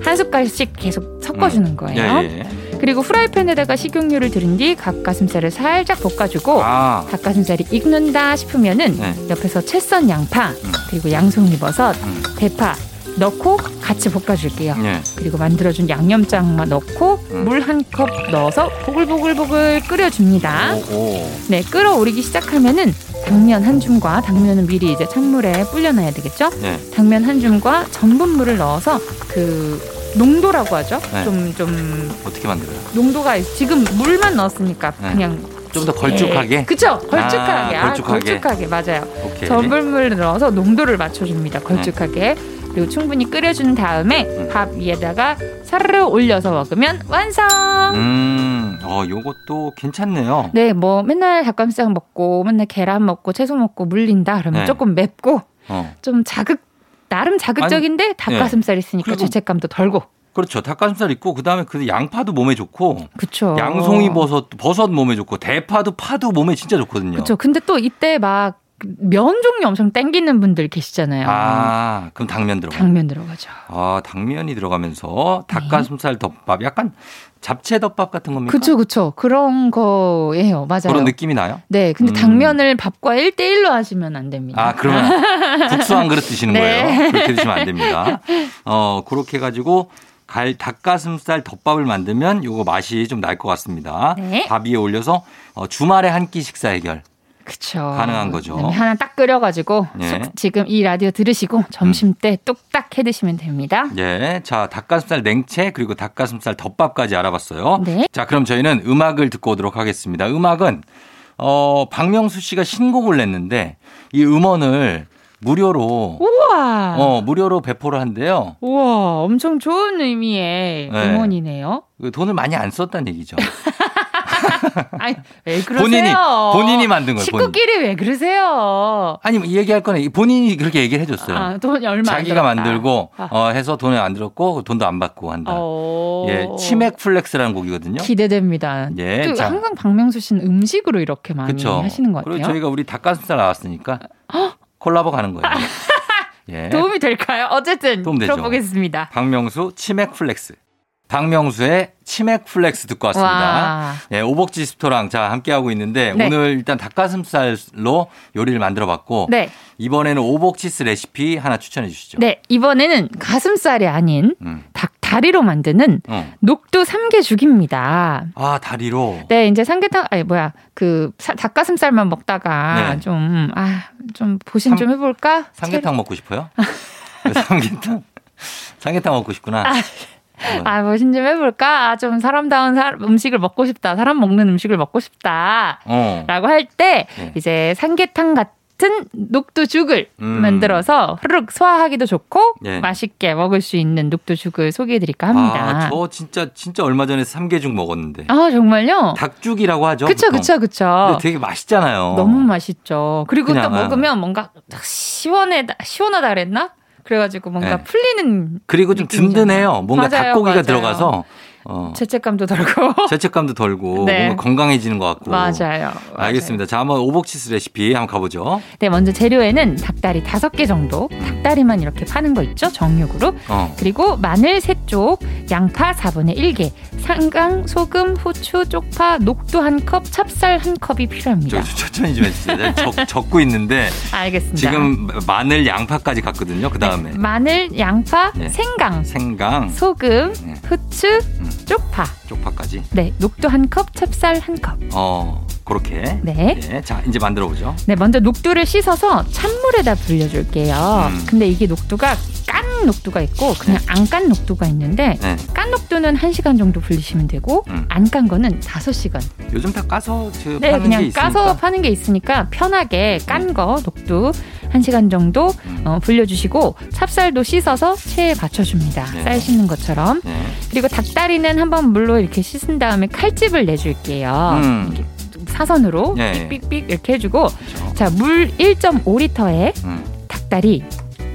[SPEAKER 4] 한 숟갈씩 계속 섞어주는
[SPEAKER 1] 예,
[SPEAKER 4] 거예요.
[SPEAKER 1] 예.
[SPEAKER 4] 그리고 프라이팬에다가 식용유를 두른 뒤 닭가슴살을 살짝 볶아주고
[SPEAKER 1] 아,
[SPEAKER 4] 닭가슴살이 익는다 싶으면은
[SPEAKER 1] 네.
[SPEAKER 4] 옆에서 채 썬 양파 그리고 양송이 버섯,
[SPEAKER 1] 음.
[SPEAKER 4] 대파 넣고 같이 볶아줄게요.
[SPEAKER 1] 예.
[SPEAKER 4] 그리고 만들어준 양념장만 넣고
[SPEAKER 1] 음.
[SPEAKER 4] 물 한 컵 넣어서 보글보글보글 끓여줍니다.
[SPEAKER 1] 오, 오.
[SPEAKER 4] 네, 끓어오르기 시작하면은 당면 한 줌과 당면은 미리 이제 찬물에 불려놔야 되겠죠?
[SPEAKER 1] 예.
[SPEAKER 4] 당면 한 줌과 전분물을 넣어서 그 농도라고 하죠?
[SPEAKER 1] 네.
[SPEAKER 4] 좀 좀
[SPEAKER 1] 어떻게 만들어요?
[SPEAKER 4] 농도가 지금 물만 넣었으니까
[SPEAKER 1] 네.
[SPEAKER 4] 그냥
[SPEAKER 1] 좀 더 걸쭉하게.
[SPEAKER 4] 예. 그쵸 걸쭉하게
[SPEAKER 1] 아,
[SPEAKER 4] 아,
[SPEAKER 1] 걸쭉하게.
[SPEAKER 4] 걸쭉하게. 맞아요
[SPEAKER 1] 오케이. 네.
[SPEAKER 4] 전분물을 넣어서 농도를 맞춰줍니다 걸쭉하게 그리고 충분히 끓여준 다음에
[SPEAKER 1] 음.
[SPEAKER 4] 밥 위에다가 사르르 올려서 먹으면 완성
[SPEAKER 1] 음, 어, 요것도 괜찮네요.
[SPEAKER 4] 네 뭐 맨날 닭가슴살 먹고 맨날 계란 먹고 채소 먹고 물린다 그러면
[SPEAKER 1] 네.
[SPEAKER 4] 조금 맵고
[SPEAKER 1] 어.
[SPEAKER 4] 좀 자극 나름 자극적인데 닭가슴살 있으니까
[SPEAKER 1] 네. 그리고-
[SPEAKER 4] 죄책감도 덜고
[SPEAKER 1] 그렇죠. 닭가슴살 있고 그다음에 그 양파도 몸에 좋고
[SPEAKER 4] 그쵸
[SPEAKER 1] 양송이 뭐 버섯 버섯 몸에 좋고 대파도 파도 몸에 진짜 좋거든요.
[SPEAKER 4] 그쵸 근데 또 이때 막 면 종류 엄청 땡기는 분들 계시잖아요
[SPEAKER 1] 아, 그럼 당면 들어가. 요
[SPEAKER 4] 네. 당면 들어가죠
[SPEAKER 1] 아, 당면이 들어가면서 닭가슴살 덮밥 약간 잡채 덮밥 같은 겁니까?
[SPEAKER 4] 네. 그쵸, 그쵸. 그런 거예요. 맞아요.
[SPEAKER 1] 그런 느낌이 나요?
[SPEAKER 4] 네, 근데
[SPEAKER 1] 음.
[SPEAKER 4] 당면을 밥과 1대1로 하시면 안 됩니다.
[SPEAKER 1] 아, 그러면 국수 한 그릇 드시는
[SPEAKER 4] 네.
[SPEAKER 1] 거예요. 그렇게 드시면 안 됩니다. 어, 그렇게 해 가지고 갈 닭가슴살 덮밥을 만들면 요거 맛이 좀 날 것 같습니다.
[SPEAKER 4] 네.
[SPEAKER 1] 밥 위에 올려서 어, 주말에 한 끼 식사 해결.
[SPEAKER 4] 그쵸.
[SPEAKER 1] 가능한 거죠.
[SPEAKER 4] 네, 하나 딱 끓여가지고
[SPEAKER 1] 네. 음.
[SPEAKER 4] 쑥 지금 이 라디오 들으시고 점심 때 뚝딱 해 드시면 됩니다.
[SPEAKER 1] 예. 자, 닭가슴살 냉채 그리고 닭가슴살 덮밥까지 알아봤어요.
[SPEAKER 4] 네.
[SPEAKER 1] 자, 그럼 저희는 음악을 듣고 오도록 하겠습니다. 음악은 어, 박명수 씨가 신곡을 냈는데 이 음원을 무료로
[SPEAKER 4] 우와.
[SPEAKER 1] 어, 무료로 배포를 한대요.
[SPEAKER 4] 우와, 엄청 좋은 의미의
[SPEAKER 1] 네.
[SPEAKER 4] 응원이네요.
[SPEAKER 1] 그 돈을 많이 안 썼다는 얘기죠.
[SPEAKER 4] 아, 아니, 왜 그러세요?
[SPEAKER 1] 본인이 본인이 만든 거예요. 본인.
[SPEAKER 4] 식구끼리 왜 그러세요?
[SPEAKER 1] 아니 뭐 얘기할 거는 본인이 그렇게 얘기를 해줬어요.
[SPEAKER 4] 아, 돈이 얼마 안
[SPEAKER 1] 그렇죠. 자기가
[SPEAKER 4] 들었다.
[SPEAKER 1] 만들고
[SPEAKER 4] 아.
[SPEAKER 1] 어, 해서 돈을 안 들었고 돈도 안 받고 한다.
[SPEAKER 4] 어.
[SPEAKER 1] 예, 치맥 플렉스라는 곡이거든요.
[SPEAKER 4] 기대됩니다.
[SPEAKER 1] 예,
[SPEAKER 4] 또
[SPEAKER 1] 자.
[SPEAKER 4] 항상 박명수 씨는 음식으로 이렇게 많이
[SPEAKER 1] 그쵸.
[SPEAKER 4] 하시는 것 같아요.
[SPEAKER 1] 그리고 저희가 우리 닭가슴살 나왔으니까 콜라보 가는 거예요. 예.
[SPEAKER 4] 도움이 될까요? 어쨌든
[SPEAKER 1] 도움 되죠.
[SPEAKER 4] 들어보겠습니다.
[SPEAKER 1] 박명수 치맥 플렉스. 박명수의 치맥 플렉스 듣고 왔습니다.
[SPEAKER 4] 와.
[SPEAKER 1] 예, 오복지 스토랑 자 함께하고 있는데
[SPEAKER 4] 네.
[SPEAKER 1] 오늘 일단 닭가슴살로 요리를 만들어 봤고
[SPEAKER 4] 네,
[SPEAKER 1] 이번에는 오복치스 레시피 하나 추천해 주시죠.
[SPEAKER 4] 네 이번에는 가슴살이 아닌
[SPEAKER 1] 음.
[SPEAKER 4] 닭 다리로 만드는
[SPEAKER 1] 어.
[SPEAKER 4] 녹두 삼계죽입니다.
[SPEAKER 1] 아 다리로.
[SPEAKER 4] 네, 이제 삼계탕 아니 뭐야 그 사- 닭가슴살만 먹다가
[SPEAKER 1] 네.
[SPEAKER 4] 좀 아 좀 보신
[SPEAKER 1] 삼-
[SPEAKER 4] 좀 해볼까?
[SPEAKER 1] 삼계탕 먹고 싶어요? 왜 삼계탕? 삼계탕 먹고 싶구나. 어,
[SPEAKER 4] 아, 보신 좀 해볼까? 아, 좀 사람다운 사- 음식을 먹고 싶다. 사람 먹는 음식을 먹고 싶다.
[SPEAKER 1] 어.
[SPEAKER 4] 라고 할 때
[SPEAKER 1] 네.
[SPEAKER 4] 이제 삼계탕 같은 녹두죽을
[SPEAKER 1] 음.
[SPEAKER 4] 만들어서 흐르륵 소화하기도 좋고
[SPEAKER 1] 네.
[SPEAKER 4] 맛있게 먹을 수 있는 녹두죽을 소개해드릴까 합니다.
[SPEAKER 1] 아, 저 진짜 진짜 얼마 전에 삼계죽 먹었는데.
[SPEAKER 4] 아, 정말요?
[SPEAKER 1] 닭죽이라고 하죠.
[SPEAKER 4] 그쵸,
[SPEAKER 1] 보통.
[SPEAKER 4] 그쵸, 그쵸.
[SPEAKER 1] 근데 되게 맛있잖아요.
[SPEAKER 4] 너무 맛있죠. 그리고 또
[SPEAKER 1] 어. 그냥, 아.
[SPEAKER 4] 먹으면 뭔가 딱 시원해 시원하다 그랬나? 그래가지고 뭔가
[SPEAKER 1] 네.
[SPEAKER 4] 풀리는
[SPEAKER 1] 그리고 좀
[SPEAKER 4] 느낌이잖아요.
[SPEAKER 1] 든든해요. 뭔가
[SPEAKER 4] 맞아요,
[SPEAKER 1] 닭고기가
[SPEAKER 4] 맞아요.
[SPEAKER 1] 들어가서 어,
[SPEAKER 4] 죄책감도 덜고
[SPEAKER 1] 죄책감도 덜고
[SPEAKER 4] 네.
[SPEAKER 1] 뭔가 건강해지는 것 같고.
[SPEAKER 4] 맞아요.
[SPEAKER 1] 알겠습니다. 자, 한번 오복치스 레시피 한번 가보죠.
[SPEAKER 4] 맞아요. 네, 먼저 재료에는 닭다리 다섯 개 정도, 닭다리만 이렇게 파는 거 있죠, 정육으로.
[SPEAKER 1] 어.
[SPEAKER 4] 그리고 마늘 세 쪽, 양파 4분의 1개, 상강, 소금, 후추, 쪽파, 녹두 한 컵, 찹쌀 한 컵이 필요합니다.
[SPEAKER 1] 저, 저, 천천히 좀 해주세요. 내가 적, 적고 있는데
[SPEAKER 4] 알겠습니다.
[SPEAKER 1] 지금 마늘 양파까지 갔거든요. 그 다음에
[SPEAKER 4] 네. 마늘, 양파,
[SPEAKER 1] 네.
[SPEAKER 4] 생강,
[SPEAKER 1] 생강,
[SPEAKER 4] 소금,
[SPEAKER 1] 네.
[SPEAKER 4] 후추,
[SPEAKER 1] 음.
[SPEAKER 4] 쪽파.
[SPEAKER 1] 쪽파까지.
[SPEAKER 4] 네, 녹두 한 컵, 찹쌀 한 컵.
[SPEAKER 1] 어, 그렇게.
[SPEAKER 4] 네.
[SPEAKER 1] 예, 자, 이제 만들어 보죠.
[SPEAKER 4] 네, 먼저 녹두를 씻어서 찬물에다 불려줄게요.
[SPEAKER 1] 음.
[SPEAKER 4] 근데 이게 녹두가 깐 녹두가 있고 그냥 안 깐 녹두가 있는데
[SPEAKER 1] 네.
[SPEAKER 4] 깐 녹두는 1시간 정도 불리시면 되고
[SPEAKER 1] 음.
[SPEAKER 4] 안 깐 거는 5시간.
[SPEAKER 1] 요즘 다 까서 저
[SPEAKER 4] 네,
[SPEAKER 1] 파는 게
[SPEAKER 4] 그냥
[SPEAKER 1] 있으니까.
[SPEAKER 4] 까서 파는 게 있으니까 편하게 깐 거 녹두 1시간 정도
[SPEAKER 1] 음.
[SPEAKER 4] 어, 불려주시고 찹쌀도 씻어서 체에 받쳐줍니다.
[SPEAKER 1] 네.
[SPEAKER 4] 쌀 씻는 것처럼.
[SPEAKER 1] 네.
[SPEAKER 4] 그리고 닭다리는 한번 물로 이렇게 씻은 다음에 칼집을 내줄게요.
[SPEAKER 1] 음,
[SPEAKER 4] 사선으로
[SPEAKER 1] 예, 예.
[SPEAKER 4] 삑삑삑 이렇게 해주고
[SPEAKER 1] 그렇죠.
[SPEAKER 4] 자, 물 1.5리터에
[SPEAKER 1] 음,
[SPEAKER 4] 닭다리,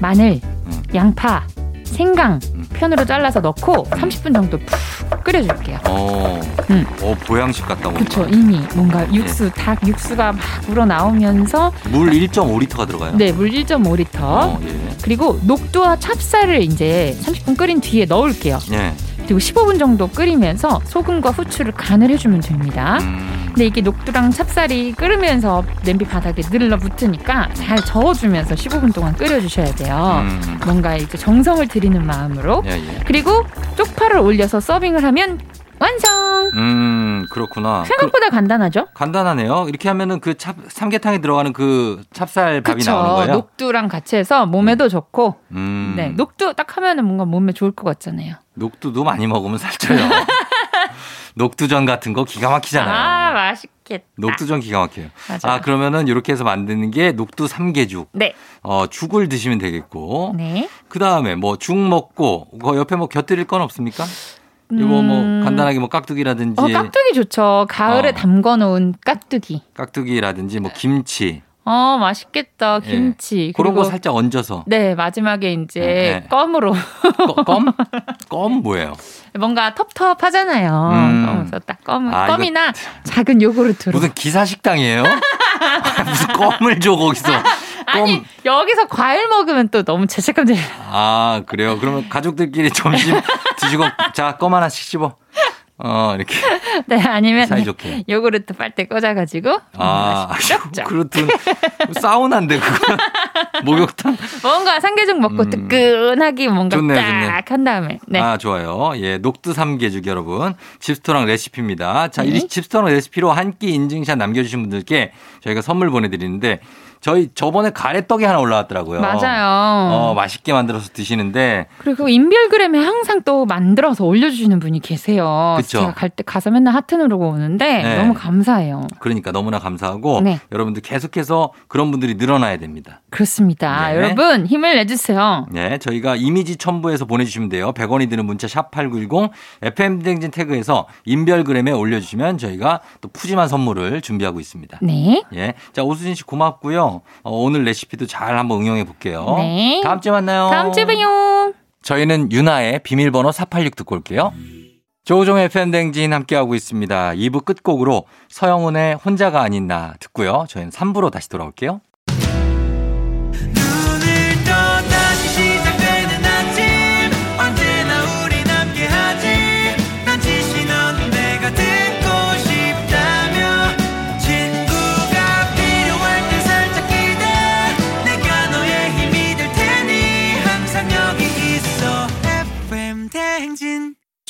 [SPEAKER 4] 마늘,
[SPEAKER 1] 음.
[SPEAKER 4] 양파, 생강
[SPEAKER 1] 음.
[SPEAKER 4] 편으로 잘라서 넣고 30분 정도 푹 끓여줄게요.
[SPEAKER 1] 어,
[SPEAKER 4] 음.
[SPEAKER 1] 어, 보양식 같다 보니.
[SPEAKER 4] 그쵸 이미 뭔가
[SPEAKER 1] 네.
[SPEAKER 4] 육수 닭 육수가 막 우러나오면서
[SPEAKER 1] 물 1.5리터가 들어가요.
[SPEAKER 4] 네 물 1.5리터
[SPEAKER 1] 그렇죠. 어, 예.
[SPEAKER 4] 그리고 녹두와 찹쌀을 이제 30분 끓인 뒤에 넣을게요
[SPEAKER 1] 예.
[SPEAKER 4] 그리고 15분 정도 끓이면서 소금과 후추를 간을 해주면 됩니다
[SPEAKER 1] 음,
[SPEAKER 4] 근데 이게 녹두랑 찹쌀이 끓으면서 냄비 바닥에 늘러붙으니까 잘 저어주면서 15분 동안 끓여주셔야 돼요
[SPEAKER 1] 음.
[SPEAKER 4] 뭔가 이제 정성을 들이는 마음으로
[SPEAKER 1] 예, 예.
[SPEAKER 4] 그리고 쪽파를 올려서 서빙을 하면 완성.
[SPEAKER 1] 음, 그렇구나. 그-
[SPEAKER 4] 생각보다 간단하죠?
[SPEAKER 1] 간단하네요. 이렇게 하면은 그 찹, 삼계탕에 들어가는 그 찹쌀 밥이 나오는
[SPEAKER 4] 그쵸.
[SPEAKER 1] 거예요.
[SPEAKER 4] 녹두랑 같이 해서 몸에도 좋고,
[SPEAKER 1] 음,
[SPEAKER 4] 네 녹두 딱 하면은 뭔가 몸에 좋을 것 같잖아요.
[SPEAKER 1] 녹두도 많이 먹으면 살쪄요. 녹두전 같은 거 기가 막히잖아요.
[SPEAKER 4] 아 맛있겠다.
[SPEAKER 1] 녹두전 기가 막혀요.
[SPEAKER 4] 맞아.
[SPEAKER 1] 아, 그러면은 이렇게 해서 만드는 게 녹두 삼계죽.
[SPEAKER 4] 네,
[SPEAKER 1] 어, 죽을 드시면 되겠고.
[SPEAKER 4] 네.
[SPEAKER 1] 그 다음에 뭐 죽 먹고, 그 옆에 뭐 곁들일 건 없습니까? 이거
[SPEAKER 4] 음.
[SPEAKER 1] 뭐 간단하게 뭐 깍두기라든지,
[SPEAKER 4] 어 깍두기 좋죠. 가을에
[SPEAKER 1] 어.
[SPEAKER 4] 담궈놓은 깍두기.
[SPEAKER 1] 기라든지뭐 김치.
[SPEAKER 4] 어 맛있겠다. 김치.
[SPEAKER 1] 예. 그런
[SPEAKER 4] 그리고
[SPEAKER 1] 거 살짝 얹어서.
[SPEAKER 4] 네 마지막에 이제
[SPEAKER 1] 네.
[SPEAKER 4] 껌으로
[SPEAKER 1] 껌? 껌? 껌 뭐예요?
[SPEAKER 4] 뭔가 텁텁하잖아요.
[SPEAKER 1] 음.
[SPEAKER 4] 그래서 딱 껌,
[SPEAKER 1] 아, 이거-
[SPEAKER 4] 껌이나 작은 요구르트로.
[SPEAKER 1] 무슨 기사식당이에요? 무슨 껌을 줘, 거기서. 껌.
[SPEAKER 4] 아니 여기서 과일 먹으면 또 너무 죄책감 들요
[SPEAKER 1] 아, 그래요? 그러면 가족들끼리 점심 드시고, 자, 껌 하나씩 씹어. 어, 이렇게
[SPEAKER 4] 네 아니면
[SPEAKER 1] 사이좋게.
[SPEAKER 4] 요구르트 빨대 꽂아가지고
[SPEAKER 1] 아,
[SPEAKER 4] 쫙쫙.
[SPEAKER 1] 그렇든 사우나인데, 그거. 목욕탕.
[SPEAKER 4] 뭔가 삼계죽 먹고
[SPEAKER 1] 음.
[SPEAKER 4] 뜨끈하게 뭔가
[SPEAKER 1] 좋네요,
[SPEAKER 4] 딱
[SPEAKER 1] 좋네요.
[SPEAKER 4] 한 다음에 네.
[SPEAKER 1] 아, 좋아요. 예, 녹두 삼계죽 여러분. 집스토랑 레시피입니다. 자,
[SPEAKER 4] 네.
[SPEAKER 1] 이 집스토랑 레시피로 한 끼 인증샷 남겨주신 분들께 저희가 선물 보내드리는데, 저희 저번에 가래떡이 하나 올라왔더라고요.
[SPEAKER 4] 맞아요.
[SPEAKER 1] 어, 맛있게 만들어서 드시는데,
[SPEAKER 4] 그리고 인별그램에 항상 또 만들어서 올려주시는 분이 계세요.
[SPEAKER 1] 그쵸.
[SPEAKER 4] 제가 갈 때 가서 맨날 하트 누르고 오는데
[SPEAKER 1] 네.
[SPEAKER 4] 너무 감사해요.
[SPEAKER 1] 그러니까 너무나 감사하고
[SPEAKER 4] 네.
[SPEAKER 1] 여러분들 계속해서 그런 분들이 늘어나야 됩니다.
[SPEAKER 4] 그렇습니다.
[SPEAKER 1] 네.
[SPEAKER 4] 여러분 힘을 내주세요.
[SPEAKER 1] 네, 저희가 이미지 첨부해서 보내주시면 돼요. 100원이 드는 문자 샵8910 FM댕진 태그에서 인별그램에 올려주시면 저희가 또 푸짐한 선물을 준비하고 있습니다.
[SPEAKER 4] 네.
[SPEAKER 1] 예. 자, 오수진 씨 고맙고요. 어, 오늘 레시피도 잘 한번 응용해 볼게요.
[SPEAKER 4] 네.
[SPEAKER 1] 다음 주에 만나요.
[SPEAKER 4] 다음 주에 봬요.
[SPEAKER 1] 저희는 유나의 비밀번호 486 듣고 올게요. 조우종 FM댕진 함께하고 있습니다. 2부 끝곡으로 서영훈의 혼자가 아닌 나 듣고요. 저희는 3부로 다시 돌아올게요.
[SPEAKER 5] 오늘 또 다시 시작되는 아침 언제나 우리 함께하지 난 지시 넌 내가 듣고 싶다며 친구가 필요할 때 살짝 기대 내가 너의 힘이 될 테니 항상 여기 있어 FM 대행진